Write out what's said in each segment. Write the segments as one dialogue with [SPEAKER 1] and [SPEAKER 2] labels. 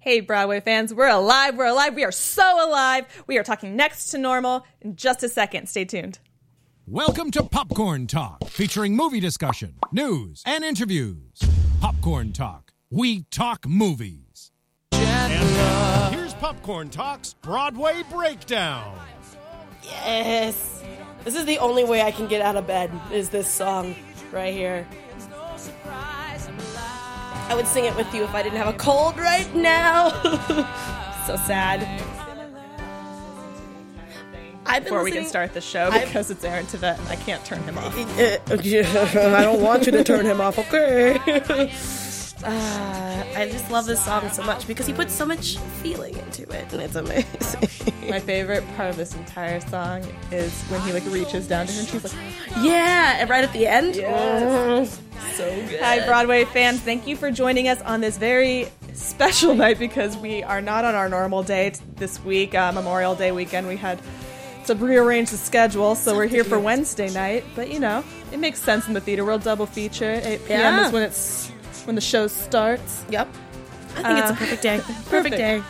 [SPEAKER 1] Hey, Broadway fans, we're alive, we're alive, we are so alive. We are talking next to normal in just a second. Stay tuned.
[SPEAKER 2] Welcome to Popcorn Talk, featuring movie discussion, news, and interviews. Popcorn Talk, we talk movies. And here's Popcorn Talk's Broadway Breakdown.
[SPEAKER 3] Yes. This is the only way I can get out of bed is this song right here. I would sing it with you if I didn't have a cold right now. so sad. I've been
[SPEAKER 1] Before we can
[SPEAKER 3] listening-
[SPEAKER 1] start the show,
[SPEAKER 3] I've-
[SPEAKER 1] because it's Aaron Tveit and I can't turn him off.
[SPEAKER 3] I don't want you to turn him off, okay? Uh, I just love this song so much because he puts so much feeling into it, and it's amazing.
[SPEAKER 1] My favorite part of this entire song is when he like reaches down to her and she's like,
[SPEAKER 3] yeah, and right at the end.
[SPEAKER 1] Hi, Broadway fans. Thank you for joining us on this very special night because we are not on our normal day t- this week, uh, Memorial Day weekend. We had to rearrange the schedule, so we're here for Wednesday night. But you know, it makes sense in the theater world. Double feature, 8 p.m.
[SPEAKER 3] Yeah.
[SPEAKER 1] is when it's when the show starts. Uh,
[SPEAKER 3] Yep. I think it's a perfect day. Perfect, day.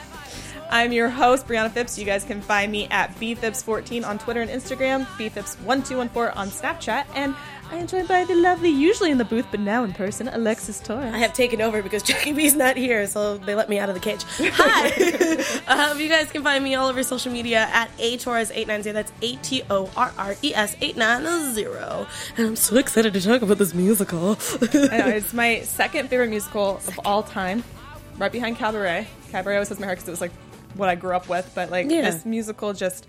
[SPEAKER 1] I'm your host, Brianna Phipps. You guys can find me at bphipps14 on Twitter and Instagram, bphipps1214 on Snapchat, and I am joined by the lovely, usually in the booth but now in person, Alexis Torres.
[SPEAKER 3] I have taken over because Jackie B's not here, so they let me out of the cage. Hi! um, you guys can find me all over social media at atorres890. That's A T O R R E S 890. And I'm so excited to talk about this musical.
[SPEAKER 1] I know, it's my second favorite musical of all time, right behind Cabaret. Cabaret always has my heart because it was like what I grew up with. But like
[SPEAKER 3] Yeah.
[SPEAKER 1] this musical just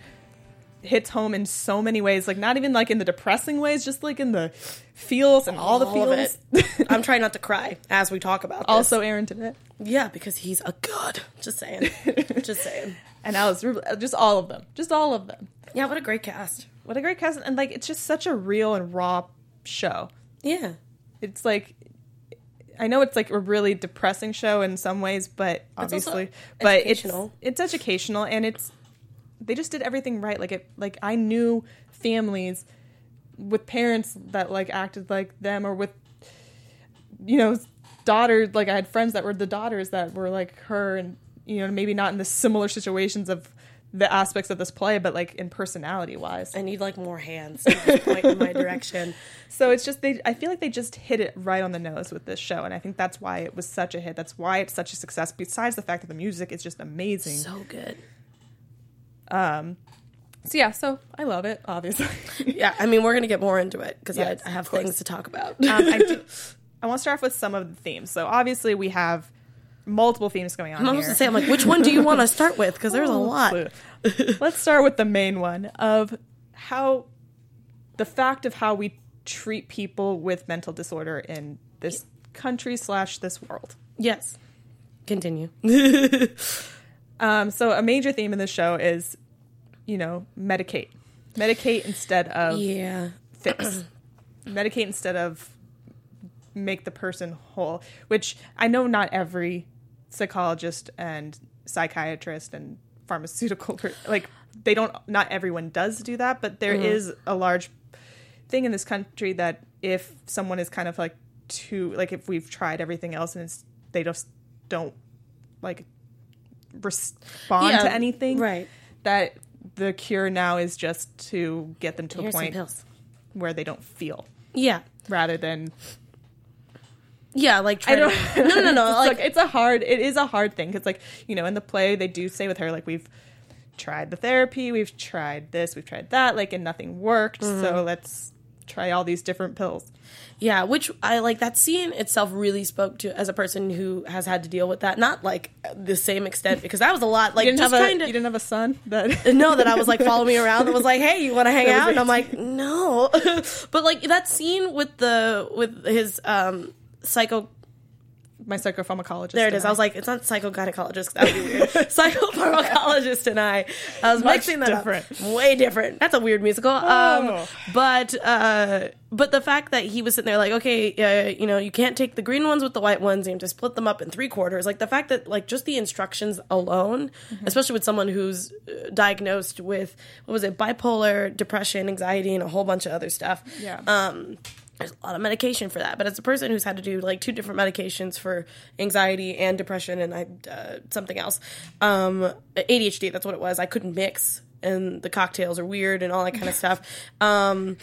[SPEAKER 1] hits home in so many ways. Like not even like in the depressing ways, just like in the feels and all, the
[SPEAKER 3] All of
[SPEAKER 1] feels.
[SPEAKER 3] it. I'm trying not to cry as we talk about this.
[SPEAKER 1] also, Aaron did it,
[SPEAKER 3] yeah, because he's a god. Just saying. Just saying.
[SPEAKER 1] and Alice, Rubel- just all of them, just all of them.
[SPEAKER 3] Yeah, what a great cast.
[SPEAKER 1] What a great cast, and like it's just such a real and raw show.
[SPEAKER 3] Yeah.
[SPEAKER 1] It's like. I know it's like a really depressing show in some ways, but
[SPEAKER 3] also
[SPEAKER 1] obviously, but
[SPEAKER 3] educational.
[SPEAKER 1] it's it's educational and it's they just did everything right. Like it, like I knew families with parents that like acted like them, or with you know daughters. Like I had friends that were the daughters that were like her, and you know maybe not in the similar situations of the aspects of this play, but like in personality wise.
[SPEAKER 3] I need like more hands to just point in my direction.
[SPEAKER 1] So it's just they. I feel like they just hit it right on the nose with this show, and I think that's why it was such a hit. That's why it's such a success. Besides the fact that the music is just amazing. So,
[SPEAKER 3] So good.
[SPEAKER 1] yeah, so I love it. Obviously,
[SPEAKER 3] Yeah, I mean, we're going to get more into it because
[SPEAKER 1] Yes,
[SPEAKER 3] I, I have
[SPEAKER 1] of course.
[SPEAKER 3] things to talk about.
[SPEAKER 1] um, I, do, I want to start off with some of the themes. So obviously we have multiple themes going on.
[SPEAKER 3] I'm
[SPEAKER 1] here. Oh,
[SPEAKER 3] supposed to say, I'm like, which one do you want to start with? Because there's a lot.
[SPEAKER 1] Let's start with the main one of how the fact of how we treat people with mental disorder in this country slash this world.
[SPEAKER 3] Yes. Continue.
[SPEAKER 1] Um, so a major theme in the show is, you know, medicate, medicate instead of
[SPEAKER 3] Yeah.
[SPEAKER 1] fix, medicate instead of make the person whole. Which I know not every psychologist and psychiatrist and pharmaceutical per- like they don't. Not everyone does do that, but
[SPEAKER 3] Mm-hmm.
[SPEAKER 1] there is a large thing in this country that if someone is kind of like too like if we've tried everything else and it's, they just don't like respond
[SPEAKER 3] Yeah,
[SPEAKER 1] to anything
[SPEAKER 3] right.
[SPEAKER 1] that the cure now is just to get them to a
[SPEAKER 3] Here's some
[SPEAKER 1] point
[SPEAKER 3] pills.
[SPEAKER 1] where they don't feel
[SPEAKER 3] Yeah.
[SPEAKER 1] rather than
[SPEAKER 3] Yeah, like try to,
[SPEAKER 1] don't-
[SPEAKER 3] no, no, no.
[SPEAKER 1] like,
[SPEAKER 3] Like,
[SPEAKER 1] it's a hard it is a hard thing because like you know in the play they do say with her like we've tried the therapy we've tried this we've tried that like and nothing worked so let's try all these different pills
[SPEAKER 3] yeah, which I like that scene itself really spoke to as a person who has had to deal with that. Not like the same extent because that was a lot. Like
[SPEAKER 1] you didn't,
[SPEAKER 3] just
[SPEAKER 1] have a,
[SPEAKER 3] kind
[SPEAKER 1] you
[SPEAKER 3] of
[SPEAKER 1] didn't have a son that
[SPEAKER 3] no that I was like follow me around and was like, hey, you want to hang
[SPEAKER 1] was
[SPEAKER 3] out? And I'm
[SPEAKER 1] it.
[SPEAKER 3] like, no. but like that scene with the with his um psycho
[SPEAKER 1] my psychopharmacologist
[SPEAKER 3] There it is. I was like, it's not psychogynecologist. 'cause That would be weird. Psychopharmacologist and I. I was
[SPEAKER 1] Much
[SPEAKER 3] mixing that up.
[SPEAKER 1] different.
[SPEAKER 3] Way different. That's a weird musical. Um,
[SPEAKER 1] Oh.
[SPEAKER 3] but uh, but the fact that he was sitting there like, okay, uh, you know, you can't take the green ones with the white ones. You have to split them up in three quarters. Like the fact that like just the instructions alone,
[SPEAKER 1] Mm-hmm.
[SPEAKER 3] especially with someone who's uh, diagnosed with what was it, bipolar, depression, anxiety, and a whole bunch of other stuff.
[SPEAKER 1] Yeah.
[SPEAKER 3] Um, there's a lot of medication for that. But as a person who's had to do like two different medications for anxiety and depression and I uh, something else, um, ADHD, that's what it was. I couldn't mix, and the cocktails are weird and all that kind of stuff. Um,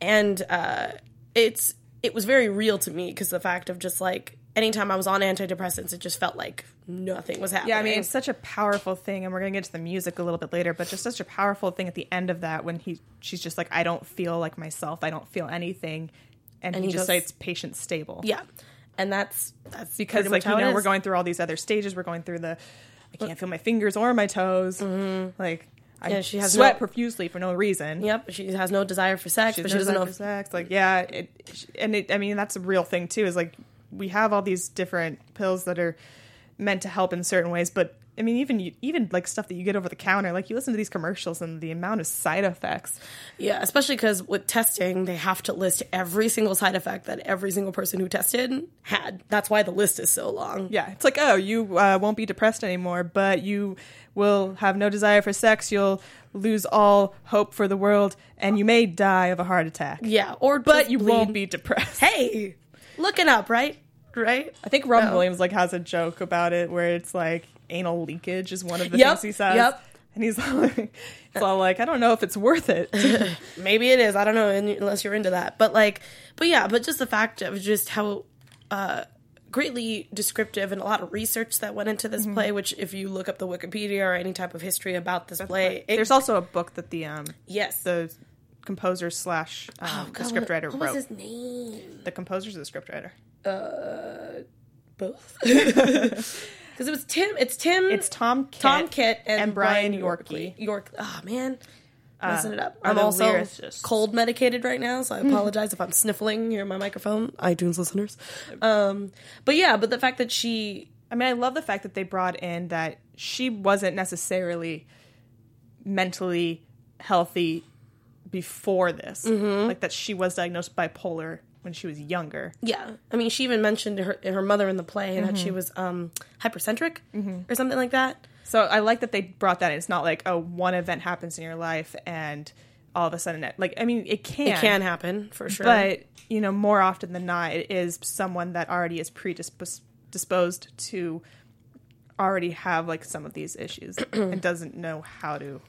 [SPEAKER 3] and uh, it's it was very real to me because the fact of just like anytime I was on antidepressants, it just felt like nothing was happening.
[SPEAKER 1] Yeah, I mean, it's such a powerful thing, and we're gonna get to the music a little bit later, but just such a powerful thing at the end of that when he she's just like, I don't feel like myself, I don't feel anything, and, he,
[SPEAKER 3] he
[SPEAKER 1] just
[SPEAKER 3] goes-
[SPEAKER 1] cites patient stable.
[SPEAKER 3] yeah, and that's that's
[SPEAKER 1] because
[SPEAKER 3] pretty
[SPEAKER 1] like
[SPEAKER 3] much
[SPEAKER 1] you
[SPEAKER 3] how it
[SPEAKER 1] know we're
[SPEAKER 3] is.
[SPEAKER 1] going through all these other stages, we're going through the I can't feel my fingers or my toes, like I
[SPEAKER 3] Mm-hmm. Yeah, she has
[SPEAKER 1] sweat
[SPEAKER 3] no-
[SPEAKER 1] profusely for no reason.
[SPEAKER 3] Yep, she has no desire for sex,
[SPEAKER 1] she
[SPEAKER 3] but she
[SPEAKER 1] doesn't
[SPEAKER 3] doesn't know.
[SPEAKER 1] have sex. Like, yeah, it, sh- and it, I mean that's a real thing too. Is like we have all these different pills that are meant to help in certain ways, but I mean even you- even like stuff that you get over the counter. Like you listen to these commercials and the amount of side effects.
[SPEAKER 3] Yeah, especially because with testing, they have to list every single side effect that every single person who tested had. That's why the list is so long.
[SPEAKER 1] Yeah, it's like oh you uh, won't be depressed anymore, but you will have no desire for sex. You'll lose all hope for the world, and you may die of a heart attack.
[SPEAKER 3] Yeah, or
[SPEAKER 1] But
[SPEAKER 3] just
[SPEAKER 1] you
[SPEAKER 3] bleed.
[SPEAKER 1] won't be depressed.
[SPEAKER 3] Hey, looking up, right? Right.
[SPEAKER 1] I think Robin
[SPEAKER 3] No.
[SPEAKER 1] Williams like has a joke about it where it's like anal leakage is one of the
[SPEAKER 3] Yep,
[SPEAKER 1] things he says.
[SPEAKER 3] yep.
[SPEAKER 1] And he's like, it's all like, I don't know if it's worth it.
[SPEAKER 3] maybe it is. I don't know un- unless you're into that. But like, but yeah, but just the fact of just how uh, greatly descriptive and a lot of research that went into this
[SPEAKER 1] Mm-hmm.
[SPEAKER 3] play. Which, if you look up the Wikipedia or any type of history about this play, it,
[SPEAKER 1] There's also a book that the um
[SPEAKER 3] yes,
[SPEAKER 1] the composer slash um, the
[SPEAKER 3] God,
[SPEAKER 1] scriptwriter wrote.
[SPEAKER 3] what, What was his name?
[SPEAKER 1] The composer's the scriptwriter.
[SPEAKER 3] Both. Because it was Tim. It's Tim.
[SPEAKER 1] It's Tom Kitt
[SPEAKER 3] Tom Kitt and,
[SPEAKER 1] and Brian Yorkey.
[SPEAKER 3] York. Oh man. Messing it up. I'm
[SPEAKER 1] the Mm.
[SPEAKER 3] also
[SPEAKER 1] lyricists.
[SPEAKER 3] cold medicated right now, so I apologize if I'm sniffling here in my microphone, iTunes listeners. Um, but yeah, but the fact that she
[SPEAKER 1] I mean, I love the fact that they brought in that she wasn't necessarily mentally healthy before this.
[SPEAKER 3] Mm-hmm.
[SPEAKER 1] Like that she was diagnosed bipolar when she was younger.
[SPEAKER 3] Yeah, I mean, she even mentioned her her mother in the play and
[SPEAKER 1] Mm-hmm.
[SPEAKER 3] that she was um, hypercentric or something like that.
[SPEAKER 1] So I like that they brought that in. It's not like oh, one event happens in your life and all of a sudden, it, like I mean, it can,
[SPEAKER 3] It can happen for sure.
[SPEAKER 1] but you know, more often than not, it is someone that already is predisposed to already have like some of these issues and doesn't know how to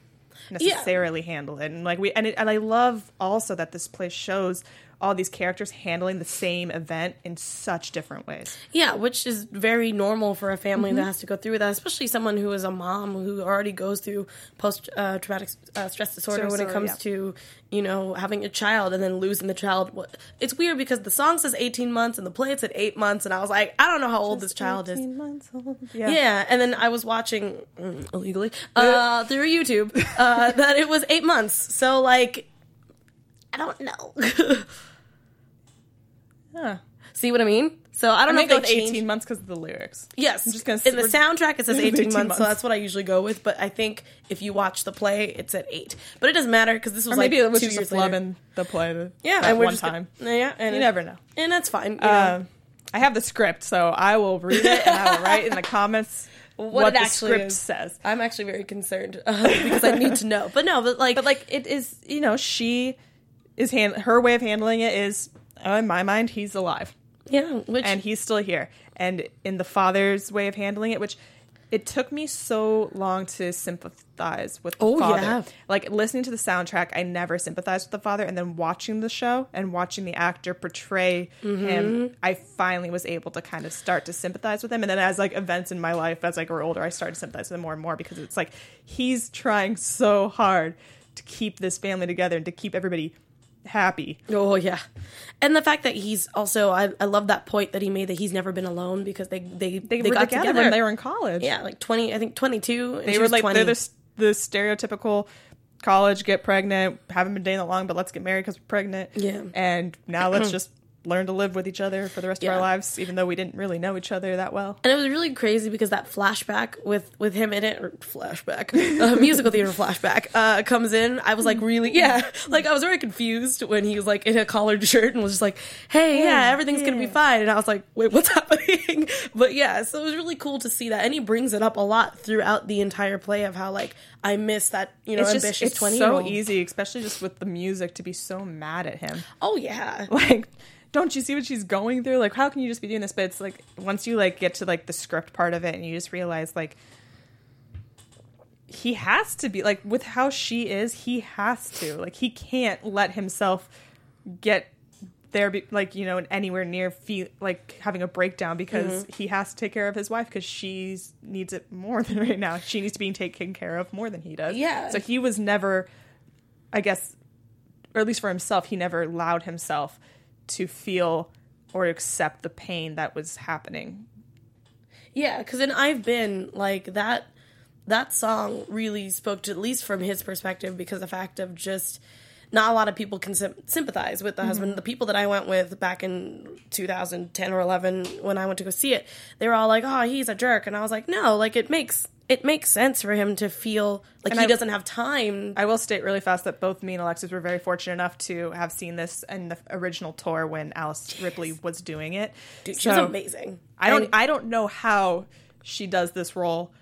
[SPEAKER 1] necessarily handle it. And like we, and, it, and I love also that this place shows all these characters handling the same event in such different ways.
[SPEAKER 3] yeah, which is very normal for a family
[SPEAKER 1] Mm-hmm.
[SPEAKER 3] that has to go through that, especially someone who is a mom who already goes through post uh, traumatic uh, stress disorder
[SPEAKER 1] Stress
[SPEAKER 3] when it
[SPEAKER 1] disorder,
[SPEAKER 3] comes
[SPEAKER 1] yeah.
[SPEAKER 3] to you know having a child and then losing the child. Wha- It's weird because the song says eighteen months and the play it's at eight months, and I was like, I don't know how old this child is.
[SPEAKER 1] Yeah.
[SPEAKER 3] Yeah, and then I was watching mm, illegally uh, through YouTube uh, that it was eight months. So like, I don't know.
[SPEAKER 1] Huh.
[SPEAKER 3] See what I mean? So I don't
[SPEAKER 1] I'm
[SPEAKER 3] know
[SPEAKER 1] gonna
[SPEAKER 3] if
[SPEAKER 1] go
[SPEAKER 3] they
[SPEAKER 1] with 18
[SPEAKER 3] changed-
[SPEAKER 1] months because of the lyrics.
[SPEAKER 3] Yes,
[SPEAKER 1] I'm just gonna
[SPEAKER 3] in the soundtrack it says 18,
[SPEAKER 1] 18
[SPEAKER 3] months, so
[SPEAKER 1] months.
[SPEAKER 3] that's what I usually go with. But I think if you watch the play, it's at eight. But it doesn't matter because this was
[SPEAKER 1] Or maybe
[SPEAKER 3] like
[SPEAKER 1] it was
[SPEAKER 3] two
[SPEAKER 1] just a
[SPEAKER 3] years
[SPEAKER 1] flub
[SPEAKER 3] later.
[SPEAKER 1] in the play. to-
[SPEAKER 3] yeah,
[SPEAKER 1] that
[SPEAKER 3] and we're
[SPEAKER 1] one
[SPEAKER 3] just
[SPEAKER 1] time.
[SPEAKER 3] Gonna, yeah, and
[SPEAKER 1] You never know.
[SPEAKER 3] and that's fine. you know.
[SPEAKER 1] Um, I have the script, so I will read it and I will write in the comments what,
[SPEAKER 3] it
[SPEAKER 1] the
[SPEAKER 3] actually
[SPEAKER 1] script
[SPEAKER 3] is.
[SPEAKER 1] says.
[SPEAKER 3] I'm actually very concerned uh, because I need to know. But no, but like,
[SPEAKER 1] But like, it is you know she is hand- her way of handling it is oh, in my mind he's alive
[SPEAKER 3] yeah, which
[SPEAKER 1] and he's still here, and in the father's way of handling it, which. It took me so long to sympathize with the
[SPEAKER 3] Oh,
[SPEAKER 1] father.
[SPEAKER 3] yeah.
[SPEAKER 1] Like listening to the soundtrack, I never sympathized with the father, and then watching the show and watching the actor portray
[SPEAKER 3] Mm-hmm.
[SPEAKER 1] him, I finally was able to kind of start to sympathize with him. And then as like events in my life as I grew older, I started to sympathize with him more and more because it's like he's trying so hard to keep this family together and to keep everybody happy.
[SPEAKER 3] Oh yeah, and the fact that he's also I, I love that point that he made that he's never been alone because they they they,
[SPEAKER 1] They, were
[SPEAKER 3] got
[SPEAKER 1] together,
[SPEAKER 3] together.
[SPEAKER 1] when they were in college.
[SPEAKER 3] yeah like twenty I think twenty two and
[SPEAKER 1] they
[SPEAKER 3] she
[SPEAKER 1] were
[SPEAKER 3] was
[SPEAKER 1] like
[SPEAKER 3] 20.
[SPEAKER 1] they're the, s- the stereotypical college get pregnant haven't been dating that long but let's get married because we're pregnant
[SPEAKER 3] Yeah.
[SPEAKER 1] and now let's just learn to live with each other for the rest of
[SPEAKER 3] Yeah.
[SPEAKER 1] our lives, even though we didn't really know each other that well.
[SPEAKER 3] And it was really crazy because that flashback with with him in it, or flashback, uh, musical theater flashback, uh, comes in. I was like, really, yeah. Like I was very confused when he was like in a collared shirt and was just like, hey, yeah, everything's gonna be fine. And I was like, wait, what's happening? But yeah, so it was really cool to see that, and he brings it up a lot throughout the entire play of how like I miss that you know
[SPEAKER 1] It's
[SPEAKER 3] ambitious
[SPEAKER 1] just it's
[SPEAKER 3] twenty.
[SPEAKER 1] so easy, especially just with the music, to be so mad at him.
[SPEAKER 3] Oh yeah,
[SPEAKER 1] like don't you see what she's going through like how can you just be doing this but it's like once you like get to like the script part of it and you just realize like he has to be like with how she is he has to like he can't let himself get there be, like you know anywhere near feel like having a breakdown because
[SPEAKER 3] Mm-hmm.
[SPEAKER 1] he has to take care of his wife because she needs it more than right now she needs to be taken care of more than he does
[SPEAKER 3] Yeah.
[SPEAKER 1] so he was never i guess or at least for himself, he never allowed himself to feel or accept the pain that was happening.
[SPEAKER 3] Yeah, because then I've been like that. That song really spoke to at least from his perspective because the fact of just not a lot of people can sym- sympathize
[SPEAKER 1] Mm-hmm.
[SPEAKER 3] with the husband. The people that I went with back in 2010 or 11 when I went to go see it, they were all like, "Oh, he's a jerk," and I was like, "No, like it makes it makes sense for him to feel like he
[SPEAKER 1] I-
[SPEAKER 3] doesn't have time."
[SPEAKER 1] I will state really fast that both me and Alexis were very fortunate enough to have seen this in the original tour when Alice Ripley was doing it.
[SPEAKER 3] Dude, she was
[SPEAKER 1] So,
[SPEAKER 3] amazing.
[SPEAKER 1] I don't I don't know how she does this role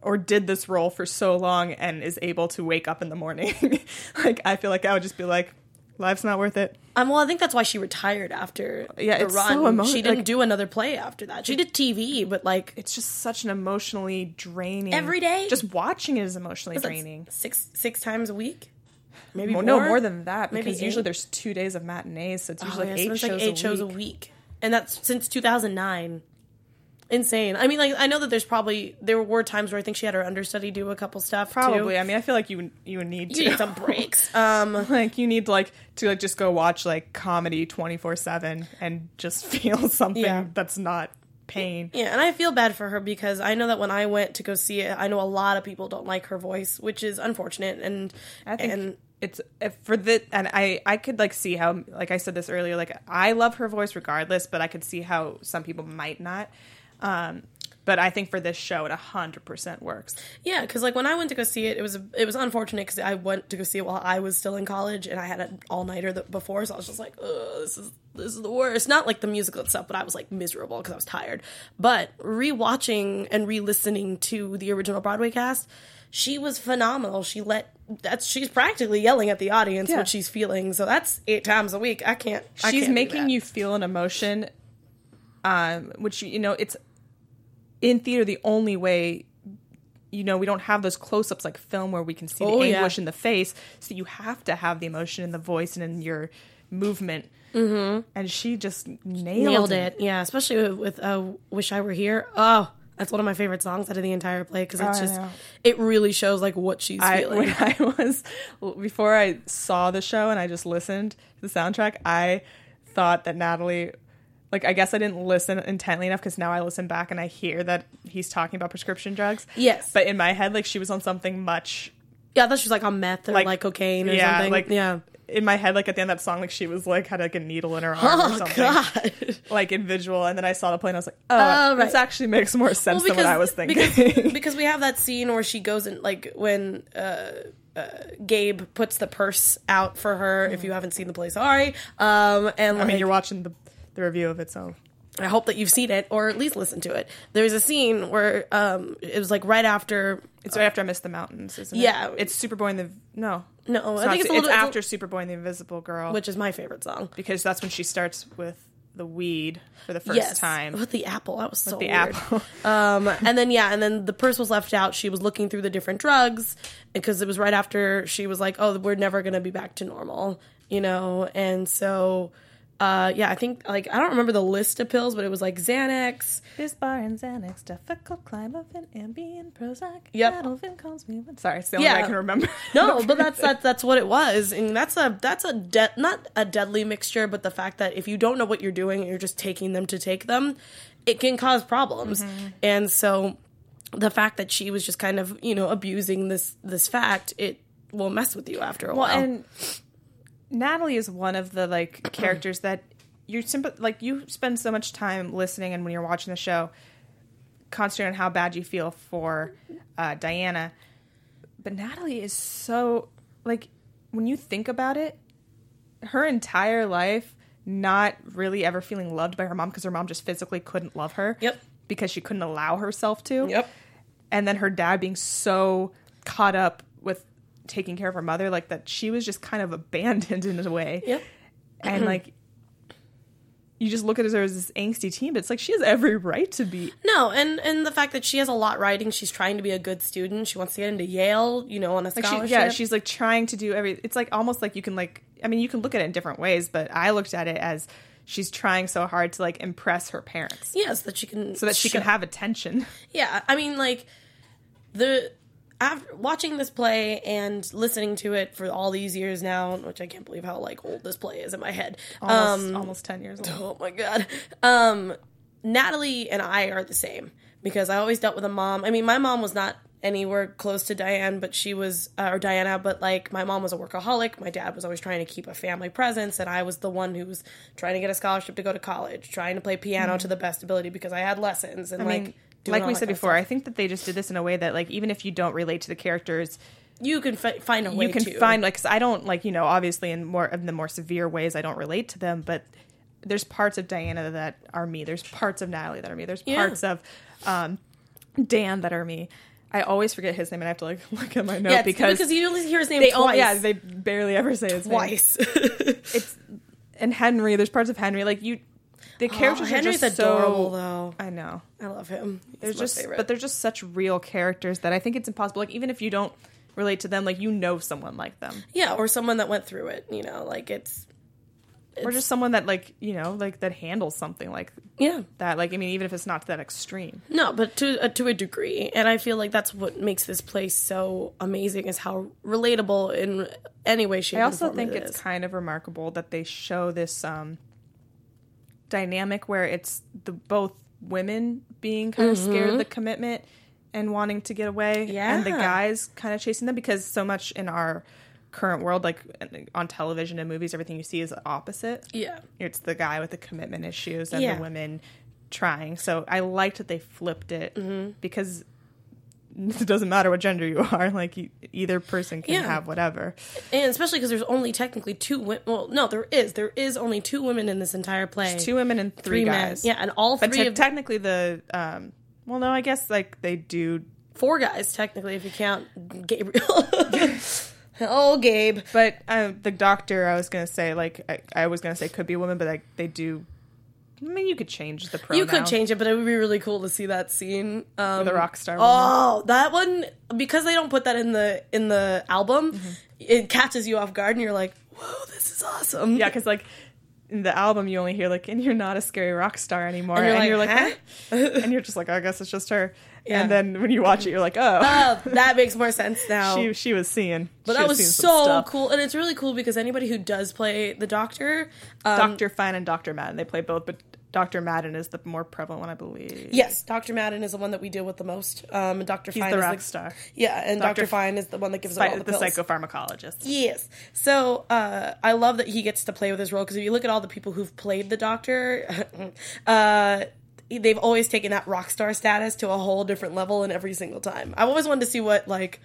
[SPEAKER 1] or did this role for so long and is able to wake up in the morning. like I feel like I would just be like, life's not worth it.
[SPEAKER 3] Um, well, I think that's why she retired after
[SPEAKER 1] Yeah,
[SPEAKER 3] the
[SPEAKER 1] it's
[SPEAKER 3] run.
[SPEAKER 1] so emo-
[SPEAKER 3] she didn't
[SPEAKER 1] like-
[SPEAKER 3] do another play after that. She did TV, but like
[SPEAKER 1] It's just such an emotionally draining
[SPEAKER 3] Every day?
[SPEAKER 1] Just watching it is emotionally
[SPEAKER 3] That's
[SPEAKER 1] draining.
[SPEAKER 3] Six six times a week, maybe
[SPEAKER 1] Well,
[SPEAKER 3] more?
[SPEAKER 1] no, more than that
[SPEAKER 3] Maybe
[SPEAKER 1] because usually
[SPEAKER 3] eight.
[SPEAKER 1] there's two days of matinees, so it's
[SPEAKER 3] Oh,
[SPEAKER 1] usually
[SPEAKER 3] yeah,
[SPEAKER 1] like
[SPEAKER 3] so
[SPEAKER 1] eight,
[SPEAKER 3] it's
[SPEAKER 1] shows,
[SPEAKER 3] like eight
[SPEAKER 1] a
[SPEAKER 3] shows a
[SPEAKER 1] week.
[SPEAKER 3] week, and that's since two thousand nine. Insane. I mean, like I know that there's probably there were times where I think she had her understudy do a couple stuff.
[SPEAKER 1] Probably.
[SPEAKER 3] too.
[SPEAKER 1] I mean, I feel like you you need to
[SPEAKER 3] you need some breaks. Um,
[SPEAKER 1] like you need like to like just go watch like comedy twenty four seven and just feel something
[SPEAKER 3] Yeah.
[SPEAKER 1] that's not pain.
[SPEAKER 3] Yeah, and I feel bad for her because I know that when I went to go see it, I know a lot of people don't like her voice, which is unfortunate. And
[SPEAKER 1] I think
[SPEAKER 3] and
[SPEAKER 1] it's if for the and I I could like see how like I said this earlier like I love her voice regardless, but I could see how some people might not. Um, but I think for this show, it hundred percent works.
[SPEAKER 3] Yeah, because like when I went to go see it, it was it was unfortunate because I went to go see it while I was still in college and I had an all nighter before, so I was just like, Ugh, this is this is the worst. Not like the musical itself, but I was like miserable because I was tired. But rewatching and re-listening to the original Broadway cast, she was phenomenal. She let that's she's practically yelling at the audience
[SPEAKER 1] Yeah.
[SPEAKER 3] what she's feeling. So that's eight times a week. I can't. I
[SPEAKER 1] she's
[SPEAKER 3] can't do
[SPEAKER 1] making
[SPEAKER 3] that.
[SPEAKER 1] you feel an emotion um which you know it's in theater the only way you know we don't have those close-ups like film where we can see
[SPEAKER 3] Oh,
[SPEAKER 1] the
[SPEAKER 3] yeah.
[SPEAKER 1] anguish in the face so you have to have the emotion in the voice and in your movement and she just nailed,
[SPEAKER 3] Mm-hmm. nailed
[SPEAKER 1] it,
[SPEAKER 3] it. Yeah, especially with, with uh, "Wish I Were Here." Oh, that's one of my favorite songs out of the entire play because it's
[SPEAKER 1] Oh, I
[SPEAKER 3] just
[SPEAKER 1] know.
[SPEAKER 3] it really shows like what she's
[SPEAKER 1] I,
[SPEAKER 3] feeling.
[SPEAKER 1] when I was before I saw the show and I just listened to the soundtrack, I thought that Natalie, like I guess I didn't listen intently enough because now I listen back and I hear that he's talking about prescription drugs.
[SPEAKER 3] Yes.
[SPEAKER 1] but in my head, like she was on something much.
[SPEAKER 3] yeah, I thought she was like on meth or like,
[SPEAKER 1] Like-
[SPEAKER 3] cocaine or
[SPEAKER 1] yeah,
[SPEAKER 3] something.
[SPEAKER 1] like-
[SPEAKER 3] yeah.
[SPEAKER 1] In my head, like at the end of that song, like she was like had like a needle in her arm or
[SPEAKER 3] Oh
[SPEAKER 1] something,
[SPEAKER 3] God.
[SPEAKER 1] like in visual. And then I saw the play and I was like, oh,
[SPEAKER 3] Oh, right.
[SPEAKER 1] this actually makes more sense than what I was thinking.
[SPEAKER 3] Because, because we have that scene where she goes and like when uh, uh, Gabe puts the purse out for her. If you haven't seen the play, sorry. Um, and
[SPEAKER 1] Mm. I mean,
[SPEAKER 3] like,
[SPEAKER 1] you're watching the the review of it, so
[SPEAKER 3] I hope that you've seen it or at least listened to it. There's a scene where um, it was like right after
[SPEAKER 1] It's right after I missed the mountains, isn't
[SPEAKER 3] Yeah.
[SPEAKER 1] it? it's Superboy and the no,
[SPEAKER 3] No, I
[SPEAKER 1] not
[SPEAKER 3] think it's a
[SPEAKER 1] Su-
[SPEAKER 3] little-
[SPEAKER 1] after Superboy and the Invisible Girl,
[SPEAKER 3] which is my favorite song.
[SPEAKER 1] because that's when she starts with the weed for the first time.
[SPEAKER 3] with the apple. That was so
[SPEAKER 1] the
[SPEAKER 3] weird.
[SPEAKER 1] apple.
[SPEAKER 3] um, and then yeah, and then the purse was left out. She was looking through the different drugs because it was right after she was like, "Oh, we're never gonna be back to normal," you know. And so, uh, yeah, I think like I don't remember the list of pills, but it was like Xanax.
[SPEAKER 1] This bar and Xanax, difficult climb of an ambient Prozac.
[SPEAKER 3] Yep.
[SPEAKER 1] Adolphin calls me. when- Sorry, it's the only
[SPEAKER 3] Yeah.
[SPEAKER 1] thing I can remember.
[SPEAKER 3] No, but that's that, that's what it was, and that's a that's a de- not a deadly mixture, but the fact that if you don't know what you're doing and you're just taking them to take them, it can cause problems,
[SPEAKER 1] Mm-hmm.
[SPEAKER 3] and so the fact that she was just kind of you know abusing this this fact, it will mess with you after a
[SPEAKER 1] Well,
[SPEAKER 3] while.
[SPEAKER 1] and Natalie is one of the like characters that you're simp- like you spend so much time listening and when you're watching the show concentrating on how bad you feel for uh, diana but natalie is so like when you think about it her entire life not really ever feeling loved by her mom because her mom just physically couldn't love her
[SPEAKER 3] Yep.
[SPEAKER 1] because she couldn't allow herself to
[SPEAKER 3] Yep.
[SPEAKER 1] and then her dad being so caught up with taking care of her mother like that she was just kind of abandoned in a way
[SPEAKER 3] Yep.
[SPEAKER 1] and like you just look at her as this angsty teen but it's like she has every right to be
[SPEAKER 3] No, and and the fact that she has a lot riding, she's trying to be a good student. She wants to get into Yale, you know, on a
[SPEAKER 1] like
[SPEAKER 3] scholarship.
[SPEAKER 1] she, yeah she's like trying to do every it's like almost like you can like i mean you can look at it in different ways but i looked at it as she's trying so hard to like impress her parents
[SPEAKER 3] yes, that she can
[SPEAKER 1] so that she can
[SPEAKER 3] show-
[SPEAKER 1] have attention
[SPEAKER 3] Yeah, I mean, like the after watching this play and listening to it for all these years now, which I can't believe how like old this play is in my head.
[SPEAKER 1] almost, almost 10 years old
[SPEAKER 3] Oh my god. Um, Natalie and I are the same because I always dealt with a mom. I mean, my mom was not anywhere close to Diane, but she was uh, or Diana, but like my mom was a workaholic. My dad was always trying to keep a family presence, and I was the one who was trying to get a scholarship to go to college, trying to play piano to the best ability because I had lessons and
[SPEAKER 1] Hmm. I
[SPEAKER 3] like.
[SPEAKER 1] mean,
[SPEAKER 3] doing
[SPEAKER 1] like
[SPEAKER 3] all
[SPEAKER 1] we
[SPEAKER 3] that
[SPEAKER 1] said
[SPEAKER 3] kind of
[SPEAKER 1] before,
[SPEAKER 3] stuff.
[SPEAKER 1] I think that they just did this in a way that, like, even if you don't relate to the characters,
[SPEAKER 3] you can fi- find a way.
[SPEAKER 1] you can
[SPEAKER 3] to.
[SPEAKER 1] find like 'cause I don't like you know obviously in more of the more severe ways I don't relate to them, but there's parts of Diana that are me. There's parts of Natalie that are me. There's parts of um, Dan that are me. I always forget his name, and I have to like look at my note
[SPEAKER 3] yeah, it's-
[SPEAKER 1] because,
[SPEAKER 3] because, you only hear his name
[SPEAKER 1] they
[SPEAKER 3] twice.
[SPEAKER 1] all yeah they barely ever say his name.
[SPEAKER 3] twice.
[SPEAKER 1] It's and Henry. There's parts of Henry like you. The characters are
[SPEAKER 3] Oh, Henry's
[SPEAKER 1] just
[SPEAKER 3] adorable
[SPEAKER 1] so.
[SPEAKER 3] though.
[SPEAKER 1] I know.
[SPEAKER 3] I love him. He's
[SPEAKER 1] They're
[SPEAKER 3] my
[SPEAKER 1] just,
[SPEAKER 3] favorite.
[SPEAKER 1] but they're just such real characters that I think it's impossible. Like even if you don't relate to them, like you know someone like them,
[SPEAKER 3] Yeah, or someone that went through it, you know, like it's
[SPEAKER 1] or just someone that like you know like that handles something like
[SPEAKER 3] yeah.
[SPEAKER 1] that. Like I mean, even if it's not to that extreme,
[SPEAKER 3] No, but to uh, to a degree. And I feel like that's what makes this place so amazing is how relatable in any way shape
[SPEAKER 1] I also
[SPEAKER 3] and form
[SPEAKER 1] think
[SPEAKER 3] it
[SPEAKER 1] it's
[SPEAKER 3] is.
[SPEAKER 1] kind of remarkable that they show this um dynamic where it's the both women being kind of scared of the commitment and wanting to get away and the
[SPEAKER 3] Mm-hmm. Yeah.
[SPEAKER 1] guys kind of chasing them because so much in our current world like on television and movies everything you see is opposite
[SPEAKER 3] yeah.
[SPEAKER 1] it's the guy with the commitment issues and
[SPEAKER 3] Yeah.
[SPEAKER 1] the women trying. So I liked that they flipped it
[SPEAKER 3] Mm-hmm.
[SPEAKER 1] because it doesn't matter what gender you are. Like you, either person can
[SPEAKER 3] Yeah.
[SPEAKER 1] have whatever.
[SPEAKER 3] And especially cuz there's only technically two women. Well, no, there is. There is only two women in this entire play.
[SPEAKER 1] Two women and three,
[SPEAKER 3] Three men.
[SPEAKER 1] guys.
[SPEAKER 3] Yeah, and all
[SPEAKER 1] But
[SPEAKER 3] three
[SPEAKER 1] te-
[SPEAKER 3] of-
[SPEAKER 1] technically the um, well, no, I guess like they do.
[SPEAKER 3] Four guys technically if you count Gabriel. oh, Gabe.
[SPEAKER 1] But uh, the doctor, I was gonna say like I, I was gonna say could be a woman, but like they do. I mean, you could change the pronoun.
[SPEAKER 3] You could change it, but it would be really cool to see that scene. Um,
[SPEAKER 1] the rock star. woman.
[SPEAKER 3] Oh, that one because they don't put that in the in the album,
[SPEAKER 1] Mm-hmm.
[SPEAKER 3] it catches you off guard, and you're like, "Whoa, this is awesome!"
[SPEAKER 1] Yeah, because like in the album, you only hear like, and you're not a scary rock star anymore,
[SPEAKER 3] And you're
[SPEAKER 1] and you're like,
[SPEAKER 3] like,
[SPEAKER 1] "Huh?" and you're just like, "Oh, I guess it's just her.
[SPEAKER 3] Yeah.
[SPEAKER 1] And then when you watch it, you're like, oh,
[SPEAKER 3] Oh, that makes more sense now.
[SPEAKER 1] she she was seeing,
[SPEAKER 3] but that was so cool, and it's really cool because anybody who does play the Doctor, um,
[SPEAKER 1] Doctor Fine and Doctor Madden, they play both, but Doctor Madden is the more prevalent one, I believe.
[SPEAKER 3] yes, Doctor Madden is the one that we deal with the most. Um, and Doctor
[SPEAKER 1] He's
[SPEAKER 3] Fine
[SPEAKER 1] the
[SPEAKER 3] is
[SPEAKER 1] rock star,
[SPEAKER 3] Yeah, and
[SPEAKER 1] Dr.
[SPEAKER 3] Doctor Fine is the one that gives
[SPEAKER 1] Fi-
[SPEAKER 3] it all the,
[SPEAKER 1] the
[SPEAKER 3] pills.
[SPEAKER 1] psychopharmacologist.
[SPEAKER 3] Yes. So uh, I love that he gets to play with his role because if you look at all the people who've played the Doctor, uh, they've always taken that rock star status to a whole different level in every single time. I've always wanted to see what like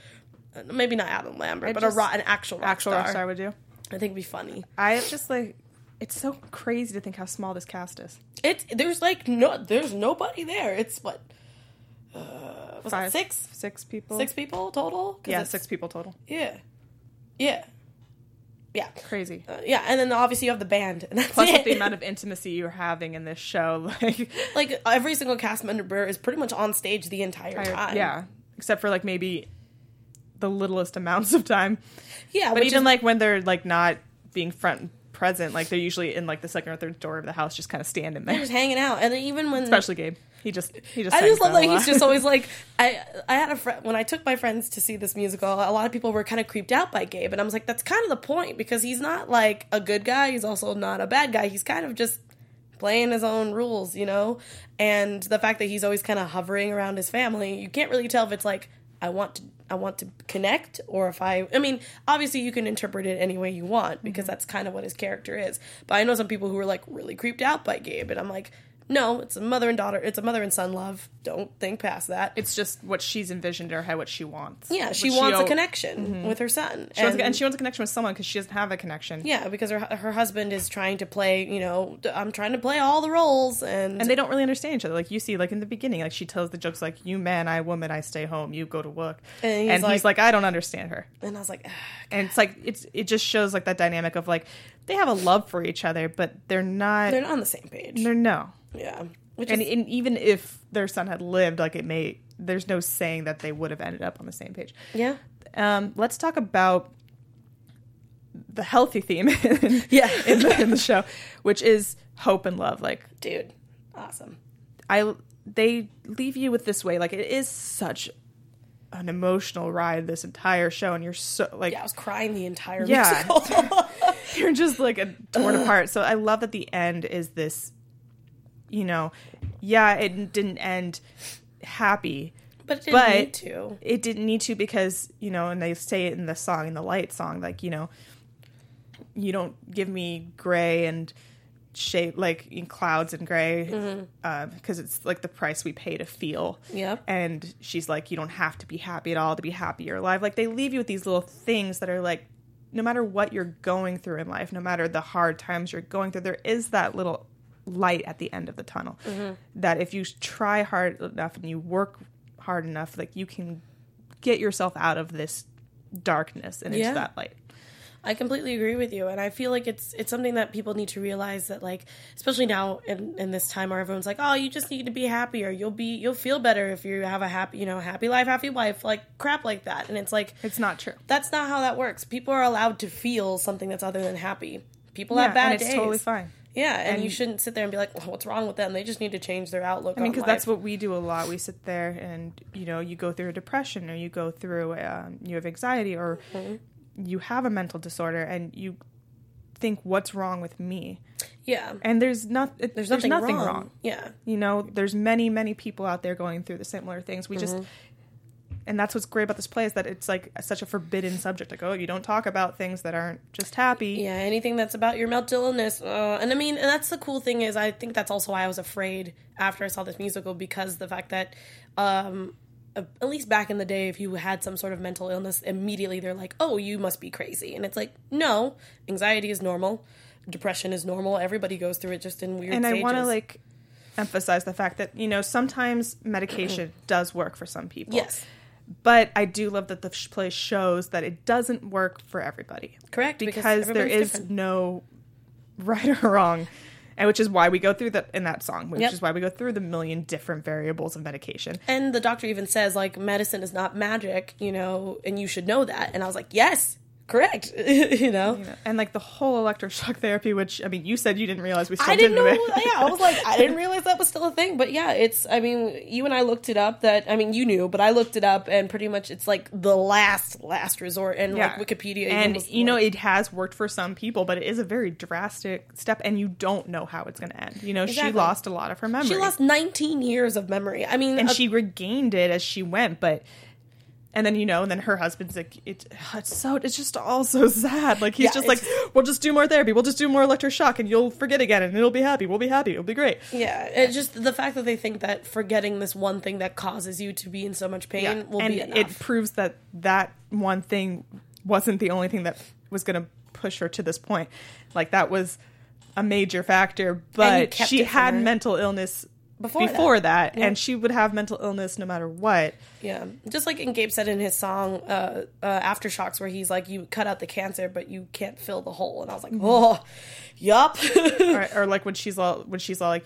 [SPEAKER 3] maybe not Adam Lambert, but
[SPEAKER 1] just-
[SPEAKER 3] a ro- an actual rock
[SPEAKER 1] Actual
[SPEAKER 3] star.
[SPEAKER 1] rock star would do.
[SPEAKER 3] I think it'd be funny.
[SPEAKER 1] I just like. It's so crazy to think how small this cast is.
[SPEAKER 3] It's there's like no there's nobody there. It's what uh, was it six
[SPEAKER 1] six people.
[SPEAKER 3] six people total? 'Cause
[SPEAKER 1] yeah,
[SPEAKER 3] it's-
[SPEAKER 1] six people total.
[SPEAKER 3] Yeah, yeah, yeah.
[SPEAKER 1] Crazy.
[SPEAKER 3] Uh, yeah, and then obviously you have the band, and that's
[SPEAKER 1] Plus,
[SPEAKER 3] it.
[SPEAKER 1] with the amount of intimacy you're having in this show, like
[SPEAKER 3] like every single cast member is pretty much on stage the entire
[SPEAKER 1] entire-
[SPEAKER 3] time.
[SPEAKER 1] Yeah, except for like maybe the littlest amounts of time.
[SPEAKER 3] yeah.
[SPEAKER 1] But
[SPEAKER 3] which
[SPEAKER 1] even
[SPEAKER 3] is-
[SPEAKER 1] like when they're like not being front and present, like they're usually in like the second or third door of the house, just kind of standing there.
[SPEAKER 3] just hanging out, and then even when
[SPEAKER 1] Especially Gabe, he just he just.
[SPEAKER 3] I
[SPEAKER 1] hangs
[SPEAKER 3] just love
[SPEAKER 1] out
[SPEAKER 3] that
[SPEAKER 1] a lot.
[SPEAKER 3] he's just always like I. I had a friend when I took my friends to see this musical. A lot of people were kind of creeped out by Gabe, and I was like, that's kind of the point because he's not like a good guy. He's also not a bad guy. He's kind of just playing his own rules, you know. And the fact that he's always kind of hovering around his family, you can't really tell if it's like I want to I want to connect or if I I mean, obviously you can interpret it any way you want because
[SPEAKER 1] Mm-hmm.
[SPEAKER 3] that's kind of what his character is. But I know some people who are like really creeped out by Gabe and I'm like, no, it's a mother and daughter, it's a mother and son love. Don't think past that.
[SPEAKER 1] It's just what she's envisioned or how what she wants.
[SPEAKER 3] yeah,
[SPEAKER 1] What
[SPEAKER 3] she wants a
[SPEAKER 1] o-
[SPEAKER 3] connection with her son.
[SPEAKER 1] She wants a- and, she wants a connection with someone because she doesn't have a connection.
[SPEAKER 3] yeah, because her her husband is trying to play, you know, I'm trying to play all the roles and,
[SPEAKER 1] And they don't really understand each other. Like you see, like in the beginning, like she tells the jokes like, "You man, I woman, I stay home. You go to work."
[SPEAKER 3] And he's
[SPEAKER 1] and he's
[SPEAKER 3] like-
[SPEAKER 1] like, "I don't understand her."
[SPEAKER 3] and I was like,
[SPEAKER 1] and it's like it's it just shows like that dynamic of like they have a love for each other but they're not
[SPEAKER 3] they're
[SPEAKER 1] they're,
[SPEAKER 3] not on the same page.
[SPEAKER 1] no
[SPEAKER 3] yeah. Which
[SPEAKER 1] and,
[SPEAKER 3] is,
[SPEAKER 1] and even if their son had lived like it may there's no saying that they would have ended up on the same page
[SPEAKER 3] yeah.
[SPEAKER 1] um let's talk about the healthy theme in,
[SPEAKER 3] Yeah.
[SPEAKER 1] in, the, in the show which is hope and love like
[SPEAKER 3] Dude. Awesome.
[SPEAKER 1] I they leave you with this way like it is such an emotional ride this entire show and you're so like
[SPEAKER 3] Yeah, I was crying the entire
[SPEAKER 1] Yeah.
[SPEAKER 3] musical.
[SPEAKER 1] you're just like a, torn apart. So I love that the end is this, you know, yeah, it didn't end happy.
[SPEAKER 3] but it didn't
[SPEAKER 1] But-
[SPEAKER 3] need to.
[SPEAKER 1] It didn't need to because, you know, and they say it in the song, in the light song, like, you know, you don't give me gray and shape like in clouds and gray because it's like the price we pay to feel
[SPEAKER 3] Yep.
[SPEAKER 1] and she's like you don't have to be happy at all to be happy or alive like they leave you with these little things that are like no matter what you're going through in life no matter the hard times you're going through there is that little light at the end of the tunnel that if you try hard enough and you work hard enough like you can get yourself out of this darkness and
[SPEAKER 3] Yeah.
[SPEAKER 1] into that light
[SPEAKER 3] I completely agree with you, and I feel like it's it's something that people need to realize that like, especially now in, in this time where everyone's like, oh, you just need to be happier. You'll be you'll feel better if you have a happy you know happy life, happy wife, like crap like that. And it's like
[SPEAKER 1] it's not true
[SPEAKER 3] that's not how that works. People are allowed to feel something that's other than happy. People
[SPEAKER 1] yeah,
[SPEAKER 3] have bad
[SPEAKER 1] and it's
[SPEAKER 3] days.
[SPEAKER 1] totally fine
[SPEAKER 3] Yeah, and, you shouldn't sit there and be like, well, what's wrong with them? They just need to change their outlook.
[SPEAKER 1] I mean,
[SPEAKER 3] because
[SPEAKER 1] because that's what we do a lot. We sit there and you know you go through a depression or you go through um, you have anxiety or
[SPEAKER 3] Mm-hmm.
[SPEAKER 1] you have a mental disorder and you think what's wrong with me
[SPEAKER 3] yeah.
[SPEAKER 1] and there's not it-
[SPEAKER 3] There's nothing, wrong. Yeah,
[SPEAKER 1] You know, there's many many people out there going through the similar things. We just
[SPEAKER 3] Mm-hmm.
[SPEAKER 1] and that's what's great about this play is that it's like such a forbidden subject. Like, oh, you don't talk about things that aren't just happy.
[SPEAKER 3] yeah. Anything that's about your mental illness, uh, and I mean, and that's the cool thing is, I think that's also why I was afraid after I saw this musical because the fact that, um, a- at least back in the day, if you had some sort of mental illness, immediately they're like, oh, you must be crazy, and it's like, no, anxiety is normal, depression is normal. Everybody goes through it just in weird.
[SPEAKER 1] and I want to
[SPEAKER 3] stages.
[SPEAKER 1] like emphasize the fact that you know sometimes medication does work for some people.
[SPEAKER 3] yes,
[SPEAKER 1] but I do love that the sh- play shows that it doesn't work for everybody.
[SPEAKER 3] Correct, because
[SPEAKER 1] Because, there
[SPEAKER 3] everybody's
[SPEAKER 1] is
[SPEAKER 3] different.
[SPEAKER 1] no right or wrong. And which is why we go through that in that song, which
[SPEAKER 3] Yep.
[SPEAKER 1] is why we go through the million different variables of medication.
[SPEAKER 3] and the doctor even says like medicine is not magic, you know, and you should know that. And I was like, yes, correct, you know.
[SPEAKER 1] And like the whole electroshock therapy, which I mean, you said you didn't realize we still
[SPEAKER 3] I didn't know.
[SPEAKER 1] didn't we?
[SPEAKER 3] yeah, I was like, I didn't realize that was still a thing. But yeah, it's. I mean, you and I looked it up. That I mean, you knew, but I looked it up, and pretty much it's like the last, last resort. And like Wikipedia, even
[SPEAKER 1] and
[SPEAKER 3] was
[SPEAKER 1] you know
[SPEAKER 3] like-
[SPEAKER 1] it has worked for some people, but it is a very drastic step, and you don't know how it's going to end. You know,
[SPEAKER 3] Exactly.
[SPEAKER 1] she lost a lot of her memory.
[SPEAKER 3] she lost 19 years of memory. I mean,
[SPEAKER 1] and
[SPEAKER 3] uh,
[SPEAKER 1] she regained it as she went but and then you know and then her husband's like it, it's so it's just all so sad like he's
[SPEAKER 3] Yeah,
[SPEAKER 1] just like
[SPEAKER 3] it's-
[SPEAKER 1] we'll just do more therapy we'll just do more electroshock and you'll forget again and it'll be happy we'll be happy it'll be great
[SPEAKER 3] Yeah, it's just the fact that they think that forgetting this one thing that causes you to be in so much pain will
[SPEAKER 1] and
[SPEAKER 3] be enough.
[SPEAKER 1] it proves that that one thing wasn't the only thing that was going to push her to this point like that was a major factor but
[SPEAKER 3] kept
[SPEAKER 1] she
[SPEAKER 3] it from
[SPEAKER 1] had
[SPEAKER 3] her.
[SPEAKER 1] mental illness
[SPEAKER 3] Before
[SPEAKER 1] before,
[SPEAKER 3] that.
[SPEAKER 1] that, and she would have mental illness no matter what
[SPEAKER 3] Yeah, just like in Gabe said in his song uh, uh, "Aftershocks," where he's like, "You cut out the cancer, but you can't fill the hole," and I was like,
[SPEAKER 1] Mm-hmm.
[SPEAKER 3] "Oh, yup."
[SPEAKER 1] or, or like when she's all when she's all like,